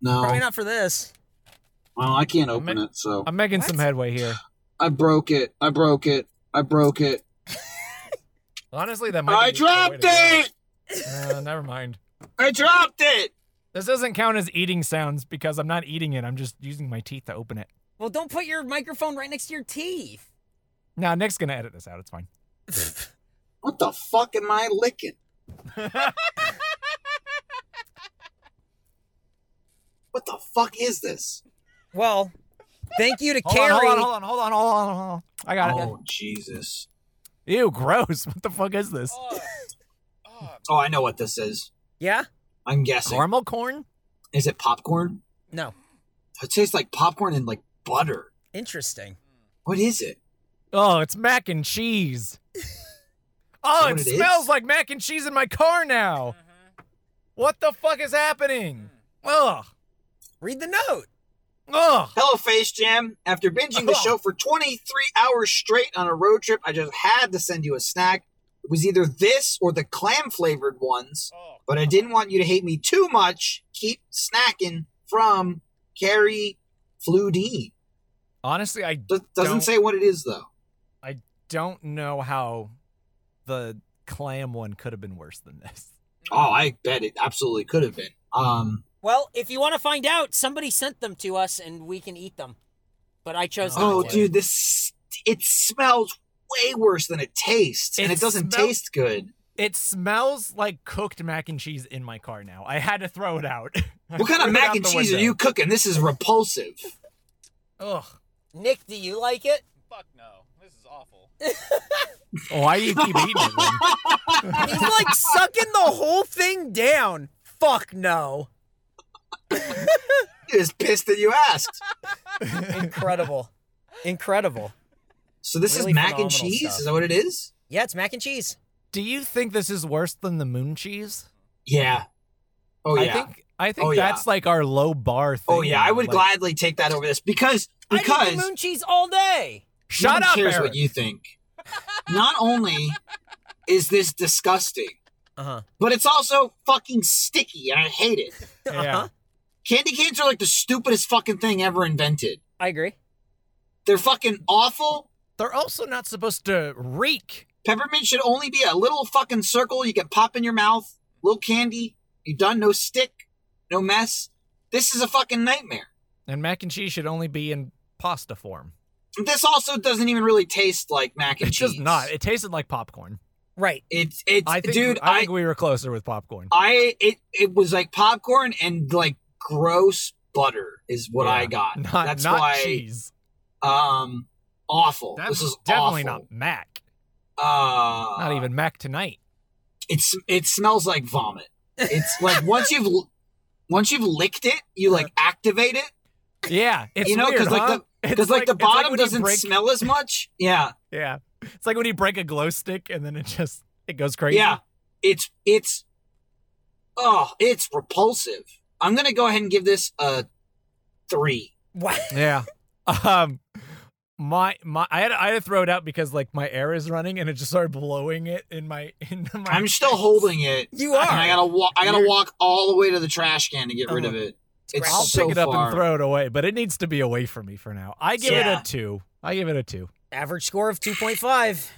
Speaker 3: No,
Speaker 4: Probably not for this.
Speaker 3: well, I can't open it, so
Speaker 5: I'm making some
Speaker 4: What?
Speaker 5: headway here.
Speaker 3: I broke it. I broke it. I broke it.
Speaker 5: Honestly, that might.
Speaker 3: I
Speaker 5: be
Speaker 4: oh,
Speaker 5: the way
Speaker 3: dropped
Speaker 5: to go.
Speaker 3: it.
Speaker 5: Uh, never mind.
Speaker 3: I dropped it.
Speaker 5: This doesn't count as eating sounds because I'm not eating it. I'm just using my teeth to open it.
Speaker 4: Well, don't put your microphone right next to your teeth.
Speaker 5: Now Nick's gonna edit this out. It's (laughs) fine.
Speaker 3: What the fuck am I licking? what the fuck is this?
Speaker 4: Well, thank you to
Speaker 5: Hold
Speaker 4: Carrie.
Speaker 5: on, hold on, hold on, hold on, hold on, hold on. I got it.
Speaker 3: Oh Jesus!
Speaker 5: Ew, gross. (laughs) What the fuck is this?
Speaker 3: Oh, I know what this is.
Speaker 4: Yeah?
Speaker 3: I'm guessing.
Speaker 5: Caramel corn?
Speaker 3: Is it popcorn?
Speaker 4: No.
Speaker 3: It tastes like popcorn and like butter.
Speaker 4: Interesting.
Speaker 3: What is it?
Speaker 5: Oh, it's mac and
Speaker 3: (laughs)
Speaker 5: cheese. Oh, it
Speaker 3: what it is? Mm-hmm.
Speaker 5: smells like mac and cheese in my car now. What the fuck is happening?
Speaker 3: Mm.
Speaker 5: Ugh.
Speaker 4: Read the note.
Speaker 5: Ugh.
Speaker 3: Hello, Face Jam. After binging
Speaker 5: Oh.
Speaker 3: the show for 23 hours straight on a road trip, I just had to send you a snack. It was either this or the clam flavored ones, but I didn't want you to hate me too much. Keep snacking from Carrie Fludine.
Speaker 5: Honestly, I
Speaker 3: D- doesn't
Speaker 5: Don't-
Speaker 3: say what it is, though.
Speaker 5: don't know how the clam one could have been worse than this.
Speaker 3: Oh, I bet it absolutely could have been. Um,
Speaker 4: Well, if you want to find out, somebody sent them to us and we can eat them. But I chose not
Speaker 3: oh,
Speaker 4: to.
Speaker 3: dude, this it smells way worse than it tastes, and
Speaker 5: It
Speaker 3: it doesn't
Speaker 5: smell- (laughs)
Speaker 3: taste good.
Speaker 5: It smells like cooked mac and cheese in my car now. I had to throw it out. (laughs) I
Speaker 3: What kind
Speaker 5: threw
Speaker 3: of
Speaker 5: it
Speaker 3: mac
Speaker 5: out
Speaker 3: and
Speaker 5: the
Speaker 3: cheese are
Speaker 5: window.
Speaker 3: you cooking? This is repulsive.
Speaker 5: Ugh.
Speaker 4: Nick, do you like it?
Speaker 2: Fuck no. This is awful.
Speaker 5: Why do you Oh, keep eating it?
Speaker 3: (laughs)
Speaker 5: then?
Speaker 4: He's like sucking the whole thing down. Fuck no.
Speaker 3: is pissed that you asked.
Speaker 4: Incredible. Incredible.
Speaker 3: So this
Speaker 4: Really
Speaker 3: is mac and
Speaker 4: phenomenal
Speaker 3: cheese.
Speaker 4: stuff.
Speaker 3: Is that what it is?
Speaker 4: Yeah, it's mac and cheese.
Speaker 5: Do you think this is worse than the moon cheese?
Speaker 3: Yeah. Oh yeah.
Speaker 5: I think I think
Speaker 3: Oh, yeah.
Speaker 5: that's like our low bar thing.
Speaker 3: oh yeah. I would
Speaker 5: Like,
Speaker 3: gladly take that over this because
Speaker 4: I
Speaker 3: because
Speaker 4: did the moon cheese all day.
Speaker 3: no
Speaker 5: Shut
Speaker 3: one
Speaker 5: up,
Speaker 3: cares
Speaker 5: Eric.
Speaker 3: what you think. Not only is this disgusting,
Speaker 4: Uh huh.
Speaker 3: but it's also fucking sticky, and I hate it.
Speaker 5: Yeah.
Speaker 3: Candy canes are like the stupidest fucking thing ever invented.
Speaker 4: I agree.
Speaker 3: They're fucking awful.
Speaker 5: They're also not supposed to reek.
Speaker 3: Peppermint should only be a little fucking circle you can pop in your mouth. Little candy. You done. No stick. No mess. This is a fucking nightmare.
Speaker 5: And mac and cheese should only be in pasta form.
Speaker 3: This also doesn't even really taste like mac and
Speaker 5: It
Speaker 3: cheese.
Speaker 5: does not. It tasted like popcorn.
Speaker 4: Right.
Speaker 3: It's it's
Speaker 5: I think,
Speaker 3: dude.
Speaker 5: I
Speaker 3: I
Speaker 5: think we were closer with popcorn.
Speaker 3: I it it was like popcorn and like gross butter is what I
Speaker 5: Yeah.
Speaker 3: got.
Speaker 5: Not,
Speaker 3: Uh, That's
Speaker 5: not
Speaker 3: why
Speaker 5: cheese.
Speaker 3: um awful.
Speaker 5: That's
Speaker 3: this is
Speaker 5: definitely
Speaker 3: awful.
Speaker 5: not mac.
Speaker 3: Uh,
Speaker 5: Not even mac tonight.
Speaker 3: It's it smells like vomit. It's like once you've l- once you've licked it, you like activate it
Speaker 5: Yeah, it's
Speaker 3: you know, 'cause
Speaker 5: weird,
Speaker 3: like
Speaker 5: huh? It's
Speaker 3: because like, the
Speaker 5: it's like
Speaker 3: bottom
Speaker 5: when you
Speaker 3: doesn't
Speaker 5: break-
Speaker 3: smell as
Speaker 5: (laughs)
Speaker 3: much. Yeah,
Speaker 5: Yeah, it's like when you break a glow stick and then it just it goes crazy.
Speaker 3: yeah. It's it's oh, it's repulsive. I'm gonna go ahead and give this a three.
Speaker 4: What?
Speaker 5: Yeah. Um my my I had I had to throw it out because like my air is running and it just started blowing it in my (laughs) into my
Speaker 3: I'm still holding it.
Speaker 4: You are.
Speaker 3: And I gotta walk. I gotta walk all the way to the trash can to get rid of it. It's
Speaker 5: Oh. I'll
Speaker 3: so
Speaker 5: pick it up
Speaker 3: far.
Speaker 5: and throw it away, but it needs to be away from me for now. I give
Speaker 3: Yeah.
Speaker 5: it a 2. I give it a
Speaker 3: (laughs)
Speaker 5: 2.
Speaker 4: Average score of 2.5.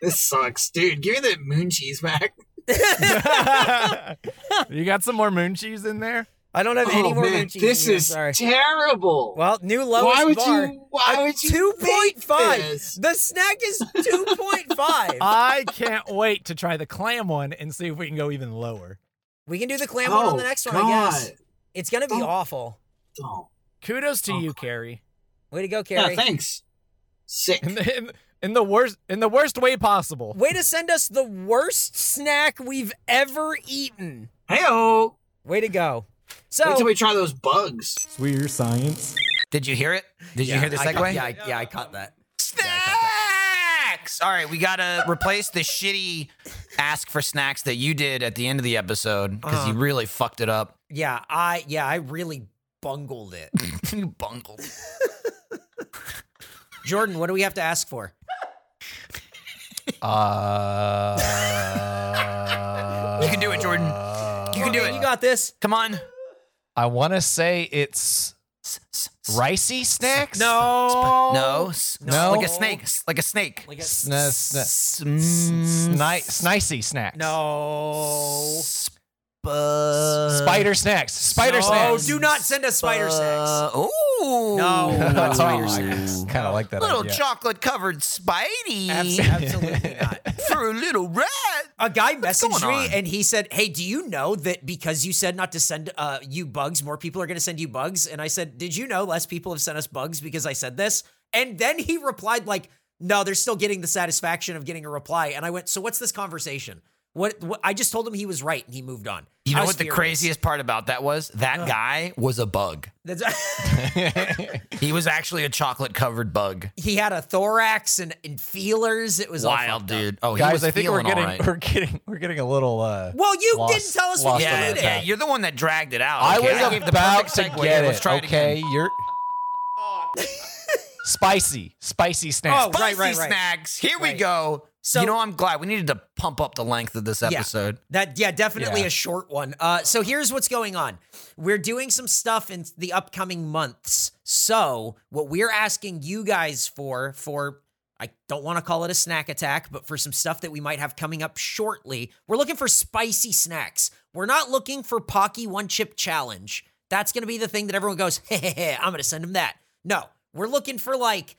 Speaker 3: This sucks, dude. Give me that moon
Speaker 5: (laughs)
Speaker 3: cheese back.
Speaker 5: (laughs) you got some more moon cheese in there?
Speaker 4: I don't have any
Speaker 3: Oh
Speaker 4: more
Speaker 3: man,
Speaker 4: moon cheese.
Speaker 3: this
Speaker 4: in here,
Speaker 3: is
Speaker 4: sorry.
Speaker 3: terrible.
Speaker 4: well, new lowest
Speaker 3: why would
Speaker 4: bar.
Speaker 3: you? Why
Speaker 4: A
Speaker 3: would you? make
Speaker 4: 2.5.
Speaker 3: this?
Speaker 4: The snack is
Speaker 3: (laughs) Uh,
Speaker 4: 2.5.
Speaker 5: I can't wait to try the clam one and see if we can go even lower.
Speaker 4: we can do the clam one on the
Speaker 3: Oh,
Speaker 4: next one, I guess.
Speaker 3: God. Oh.
Speaker 4: It's going to be
Speaker 3: Don't-
Speaker 4: awful.
Speaker 3: Don't.
Speaker 5: Kudos to
Speaker 3: Oh.
Speaker 5: you, Carrie.
Speaker 4: Way to go,
Speaker 3: Yeah,
Speaker 4: Carrie.
Speaker 3: thanks. Sick.
Speaker 5: in the, in, in the worst in the worst way possible.
Speaker 4: Way to send us the worst snack we've ever eaten.
Speaker 3: Heyo.
Speaker 4: Way to go.
Speaker 3: Wait
Speaker 4: So
Speaker 3: till we try those bugs.
Speaker 6: We're science.
Speaker 7: Did you hear it? Did you hear the
Speaker 4: I
Speaker 7: segue?
Speaker 4: caught- yeah, I, yeah, I caught that.
Speaker 7: Snacks! All right, we gotta replace the shitty ask for snacks that you did at the end of the episode because you really fucked it up.
Speaker 4: Uh-huh. Yeah, I yeah, I really bungled it.
Speaker 7: (laughs) you bungled.
Speaker 4: Jordan, what do we have to ask for? (laughs)
Speaker 5: Uh,
Speaker 7: You can do it, Jordan. You can do
Speaker 4: Jordan, You
Speaker 7: it.
Speaker 4: got this.
Speaker 7: Come on.
Speaker 5: I want to say it's ricey snacks.
Speaker 4: No.
Speaker 7: No. s-
Speaker 5: No.
Speaker 7: Like a snake. s- Like a snake.
Speaker 4: Like a- mm,
Speaker 5: Sna- sna-
Speaker 7: Sm-
Speaker 5: sni- snicey snacks.
Speaker 4: No.
Speaker 7: Sp- uh,
Speaker 5: Spider snacks. Spider
Speaker 4: no,
Speaker 5: snacks. (laughs)
Speaker 4: do not send us spider snacks.
Speaker 7: Uh, ooh.
Speaker 4: No, not spider snacks.
Speaker 5: Kind of like that.
Speaker 7: Little
Speaker 5: idea.
Speaker 7: chocolate covered Spidey.
Speaker 4: Abs-
Speaker 3: (laughs)
Speaker 4: (laughs) absolutely not.
Speaker 7: for a little rat.
Speaker 4: A guy
Speaker 7: going
Speaker 4: messaged me
Speaker 7: on?
Speaker 4: and he said, "Hey, do you know that because you said not to send uh, you bugs, more people are going to send you bugs?" And I said, "Did you know less people have sent us bugs because I said this?" And then he replied like, "No, they're still getting the satisfaction of getting a reply." And I went, "So what's this conversation?" What, what I just told him he was right and he moved on. I
Speaker 7: You know
Speaker 4: was
Speaker 7: what the
Speaker 4: furious.
Speaker 7: craziest part about that was? That guy was a bug.
Speaker 4: That's- (laughs)
Speaker 7: He was actually a chocolate covered bug.
Speaker 4: he had a thorax and, and feelers. It was all
Speaker 7: Wild
Speaker 4: fucked up.
Speaker 7: dude. Oh, he was
Speaker 5: Guys, I think we're
Speaker 7: feeling
Speaker 5: getting
Speaker 7: all right.
Speaker 5: we're getting we're getting a little. uh
Speaker 4: Well, you
Speaker 5: Lost-
Speaker 4: didn't tell us
Speaker 5: lost
Speaker 4: what you
Speaker 5: on
Speaker 7: yeah,
Speaker 5: that
Speaker 4: did.
Speaker 7: yeah,
Speaker 5: attack.
Speaker 7: you're the one that dragged it out.
Speaker 5: I
Speaker 7: Okay,
Speaker 5: was
Speaker 7: gave the
Speaker 5: about
Speaker 7: perfect
Speaker 5: to
Speaker 7: segue.
Speaker 5: get
Speaker 7: Yeah,
Speaker 5: it.
Speaker 7: Let's try
Speaker 5: okay,
Speaker 7: again. (laughs)
Speaker 5: you're spicy, spicy snacks.
Speaker 4: Oh, Right,
Speaker 7: Spicy
Speaker 4: right, right.
Speaker 7: snacks. Here we
Speaker 4: Right.
Speaker 7: go.
Speaker 4: So-
Speaker 7: you know, I'm glad we needed to pump up the length of this
Speaker 4: Yeah.
Speaker 7: episode.
Speaker 4: That yeah, definitely
Speaker 5: Yeah.
Speaker 4: a short one. Uh, so here's what's going on. We're doing some stuff in the upcoming months. So what we're asking you guys for for I don't want to call it a snack attack, but for some stuff that we might have coming up shortly, we're looking for spicy snacks. We're not looking for Pocky One Chip Challenge. That's going to be the thing that everyone goes, hey, hey, hey, I'm going to send him that. No, we're looking for like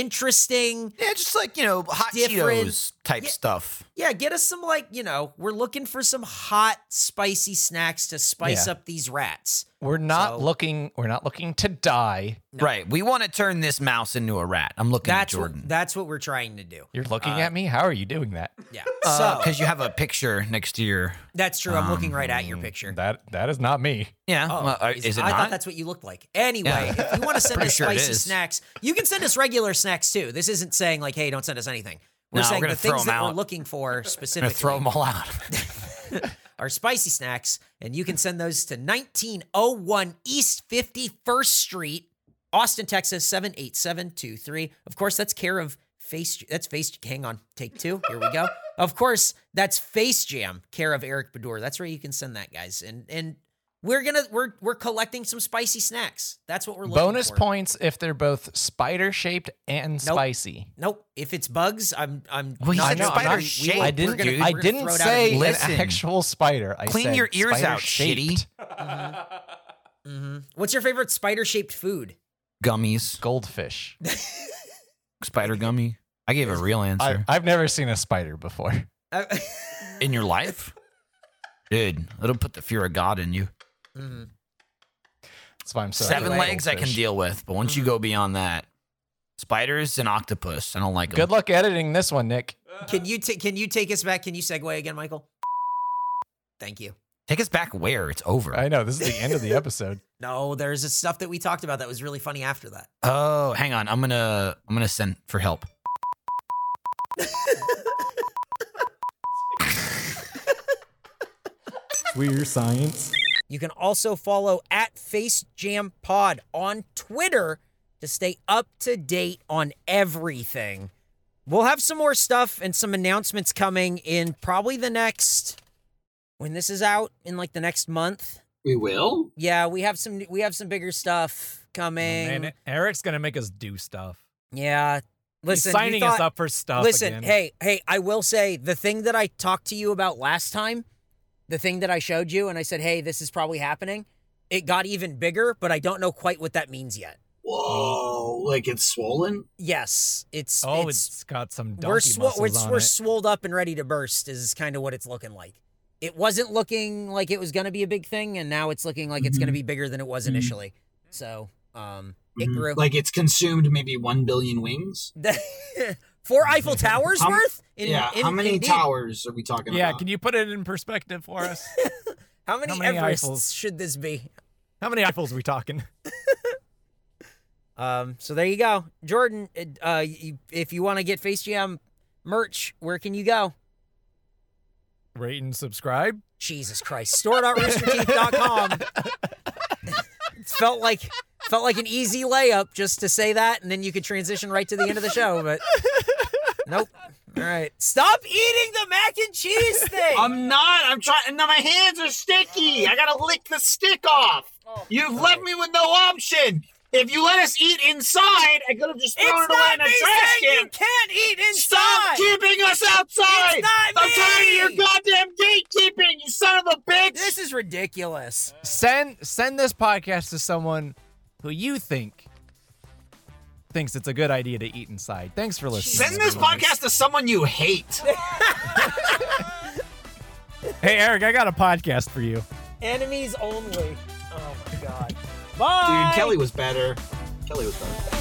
Speaker 4: interesting,
Speaker 7: Yeah, just like you know, hot
Speaker 4: Different-
Speaker 7: Cheetos type
Speaker 4: Yeah.
Speaker 7: stuff.
Speaker 4: yeah, get us some like, you know, we're looking for some hot, spicy snacks to spice
Speaker 5: Yeah.
Speaker 4: up these rats.
Speaker 5: We're not
Speaker 4: So-
Speaker 5: looking. We're not looking to die.
Speaker 7: Right. We want to turn this mouse into a rat. I'm looking
Speaker 4: That's
Speaker 7: at Jordan.
Speaker 4: what that's what we're trying to do.
Speaker 5: You're looking
Speaker 7: Uh,
Speaker 5: at me. How are you doing that?
Speaker 7: (laughs)
Speaker 4: Yeah. so
Speaker 7: because Uh, you have a picture next to your.
Speaker 4: that's true. I'm looking right at your picture.
Speaker 5: That that is not me.
Speaker 7: Yeah.
Speaker 4: Oh,
Speaker 7: Um, well, uh,
Speaker 4: is-
Speaker 7: is it
Speaker 4: I
Speaker 7: not?
Speaker 4: thought that's what you looked like. Anyway,
Speaker 7: Yeah.
Speaker 4: if you
Speaker 7: (laughs)
Speaker 4: want to send
Speaker 7: Pretty
Speaker 4: us
Speaker 7: sure it
Speaker 4: spicy
Speaker 7: is.
Speaker 4: snacks, you can send us regular snacks too. This isn't saying like, hey, don't send us anything. We're
Speaker 7: No, we're
Speaker 4: saying
Speaker 7: gonna
Speaker 4: the
Speaker 7: throw
Speaker 4: things
Speaker 7: 'em
Speaker 4: that we're
Speaker 7: out.
Speaker 4: looking for
Speaker 7: I'm gonna
Speaker 4: specifically
Speaker 7: throw them all out.
Speaker 4: are spicy snacks, and you can send those to 1901 East 51st Street, Austin, Texas 78723. Of course, that's care of Face. That's Face. Hang on, take two. Here we go. of course, that's Face Jam, care of Eric Bedour. That's where you can send that, guys. And and we're gonna we're we're collecting some spicy snacks. That's what we're looking
Speaker 5: Bonus
Speaker 4: for.
Speaker 5: points if they're both spider shaped and spicy.
Speaker 4: Nope. If it's bugs, I'm I'm.
Speaker 7: Well, you
Speaker 4: not
Speaker 7: said
Speaker 4: gonna-
Speaker 7: spider
Speaker 4: we- we-
Speaker 7: shape,
Speaker 4: we're
Speaker 5: I didn't.
Speaker 4: gonna-
Speaker 7: dude.
Speaker 4: we're
Speaker 5: I
Speaker 4: gonna
Speaker 5: didn't
Speaker 4: throw it out
Speaker 5: say
Speaker 4: of
Speaker 5: an
Speaker 4: the-
Speaker 7: Listen.
Speaker 5: actual spider. I
Speaker 7: Clean
Speaker 5: said
Speaker 7: your ears out,
Speaker 5: spider-shaped.
Speaker 4: Mhm. What's your favorite spider shaped food?
Speaker 7: Gummies.
Speaker 5: Goldfish.
Speaker 7: Spider gummy. I gave a real
Speaker 5: I,
Speaker 7: answer.
Speaker 5: I've never seen a spider before.
Speaker 4: (laughs) Uh,
Speaker 7: in your life? Dude, it'll put the fear of God in you.
Speaker 4: mhm.
Speaker 5: That's why I'm so
Speaker 7: Seven
Speaker 5: into
Speaker 7: legs I can
Speaker 5: goldfish.
Speaker 7: deal with, but once you go beyond that, spiders and octopus, I don't like them.
Speaker 5: Good luck editing this one, Nick.
Speaker 4: Can you ta- can you take us back? Can you segue again, Michael? Thank you.
Speaker 7: Take us back where it's over.
Speaker 5: I know this is the end of the
Speaker 4: (laughs)
Speaker 5: episode.
Speaker 4: No, there's this stuff that we talked about that was really funny after that.
Speaker 7: Oh, hang on. I'm gonna I'm gonna send for help.
Speaker 6: We're science.
Speaker 4: You can also follow at FaceJamPod on Twitter to stay up to date on everything. We'll have some more stuff and some announcements coming in probably the next when this is out in like the next month.
Speaker 3: We will.
Speaker 4: Yeah, we have some we have some bigger stuff coming.
Speaker 5: Eric's gonna make us do stuff.
Speaker 4: yeah. Listen, you thought-
Speaker 5: for stuff.
Speaker 4: Listen, hey, hey, I will say the thing that I talked to you about last time, the thing that I showed you and I said, "Hey, this is probably happening." It got even bigger, but I don't know quite what that means yet.
Speaker 3: Whoa, like it's swollen.
Speaker 4: Yes, it's it's,
Speaker 5: Oh, got some
Speaker 4: we're swo- we're, we're swolled up and ready to burst is kind of what it's looking like. It wasn't
Speaker 3: Mm-hmm.
Speaker 4: looking like it was going to be a big thing and now it's looking like it's going to be bigger than it was initially. So,
Speaker 8: Um,
Speaker 4: It grew.
Speaker 3: Mm-hmm. Like it's consumed maybe one billion wings.
Speaker 4: (laughs) Four Eiffel Towers
Speaker 3: (laughs) How-
Speaker 4: worth? In,
Speaker 3: yeah.
Speaker 4: in-
Speaker 3: how many
Speaker 4: indeed.
Speaker 3: towers are we talking
Speaker 5: Yeah,
Speaker 3: about?
Speaker 5: can you put it in perspective for
Speaker 4: (laughs)
Speaker 5: us?
Speaker 4: How many,
Speaker 5: how many
Speaker 4: Everests
Speaker 5: Eiffels?
Speaker 4: should this be?
Speaker 5: How many Eiffels are we talking?
Speaker 4: Um, so there you go, Jordan. it- Uh, you, if you want to get Face Jam merch, where can you go?
Speaker 5: Rate and subscribe.
Speaker 4: Jesus Christ, store.roosterteeth.com. it (laughs) felt like felt like an easy layup just to say that, and then you could transition right to the end of the show. But nope. All right, stop eating the mac and cheese thing.
Speaker 3: I'm not. I'm trying. No, my hands are sticky. I gotta lick the stick off.
Speaker 4: Oh,
Speaker 3: You've left me with no option. If you let us eat inside, I could have just
Speaker 4: it's
Speaker 3: thrown it away
Speaker 4: not
Speaker 3: in a
Speaker 4: me
Speaker 3: trash
Speaker 4: saying
Speaker 3: can.
Speaker 4: you can't eat inside.
Speaker 3: Stop keeping us outside!
Speaker 4: It's not
Speaker 3: I'm tired of
Speaker 4: me!
Speaker 3: your goddamn gatekeeping, you son of a bitch!
Speaker 4: This is ridiculous.
Speaker 5: Send send this podcast to someone who you think thinks it's a good idea to eat inside. Thanks for listening.
Speaker 3: Send this
Speaker 5: everyone.
Speaker 3: podcast to someone you hate.
Speaker 5: Hey Eric, I got a podcast for you.
Speaker 4: Enemies only. Oh my god.
Speaker 3: Dude, Kelly was better. Kelly was better.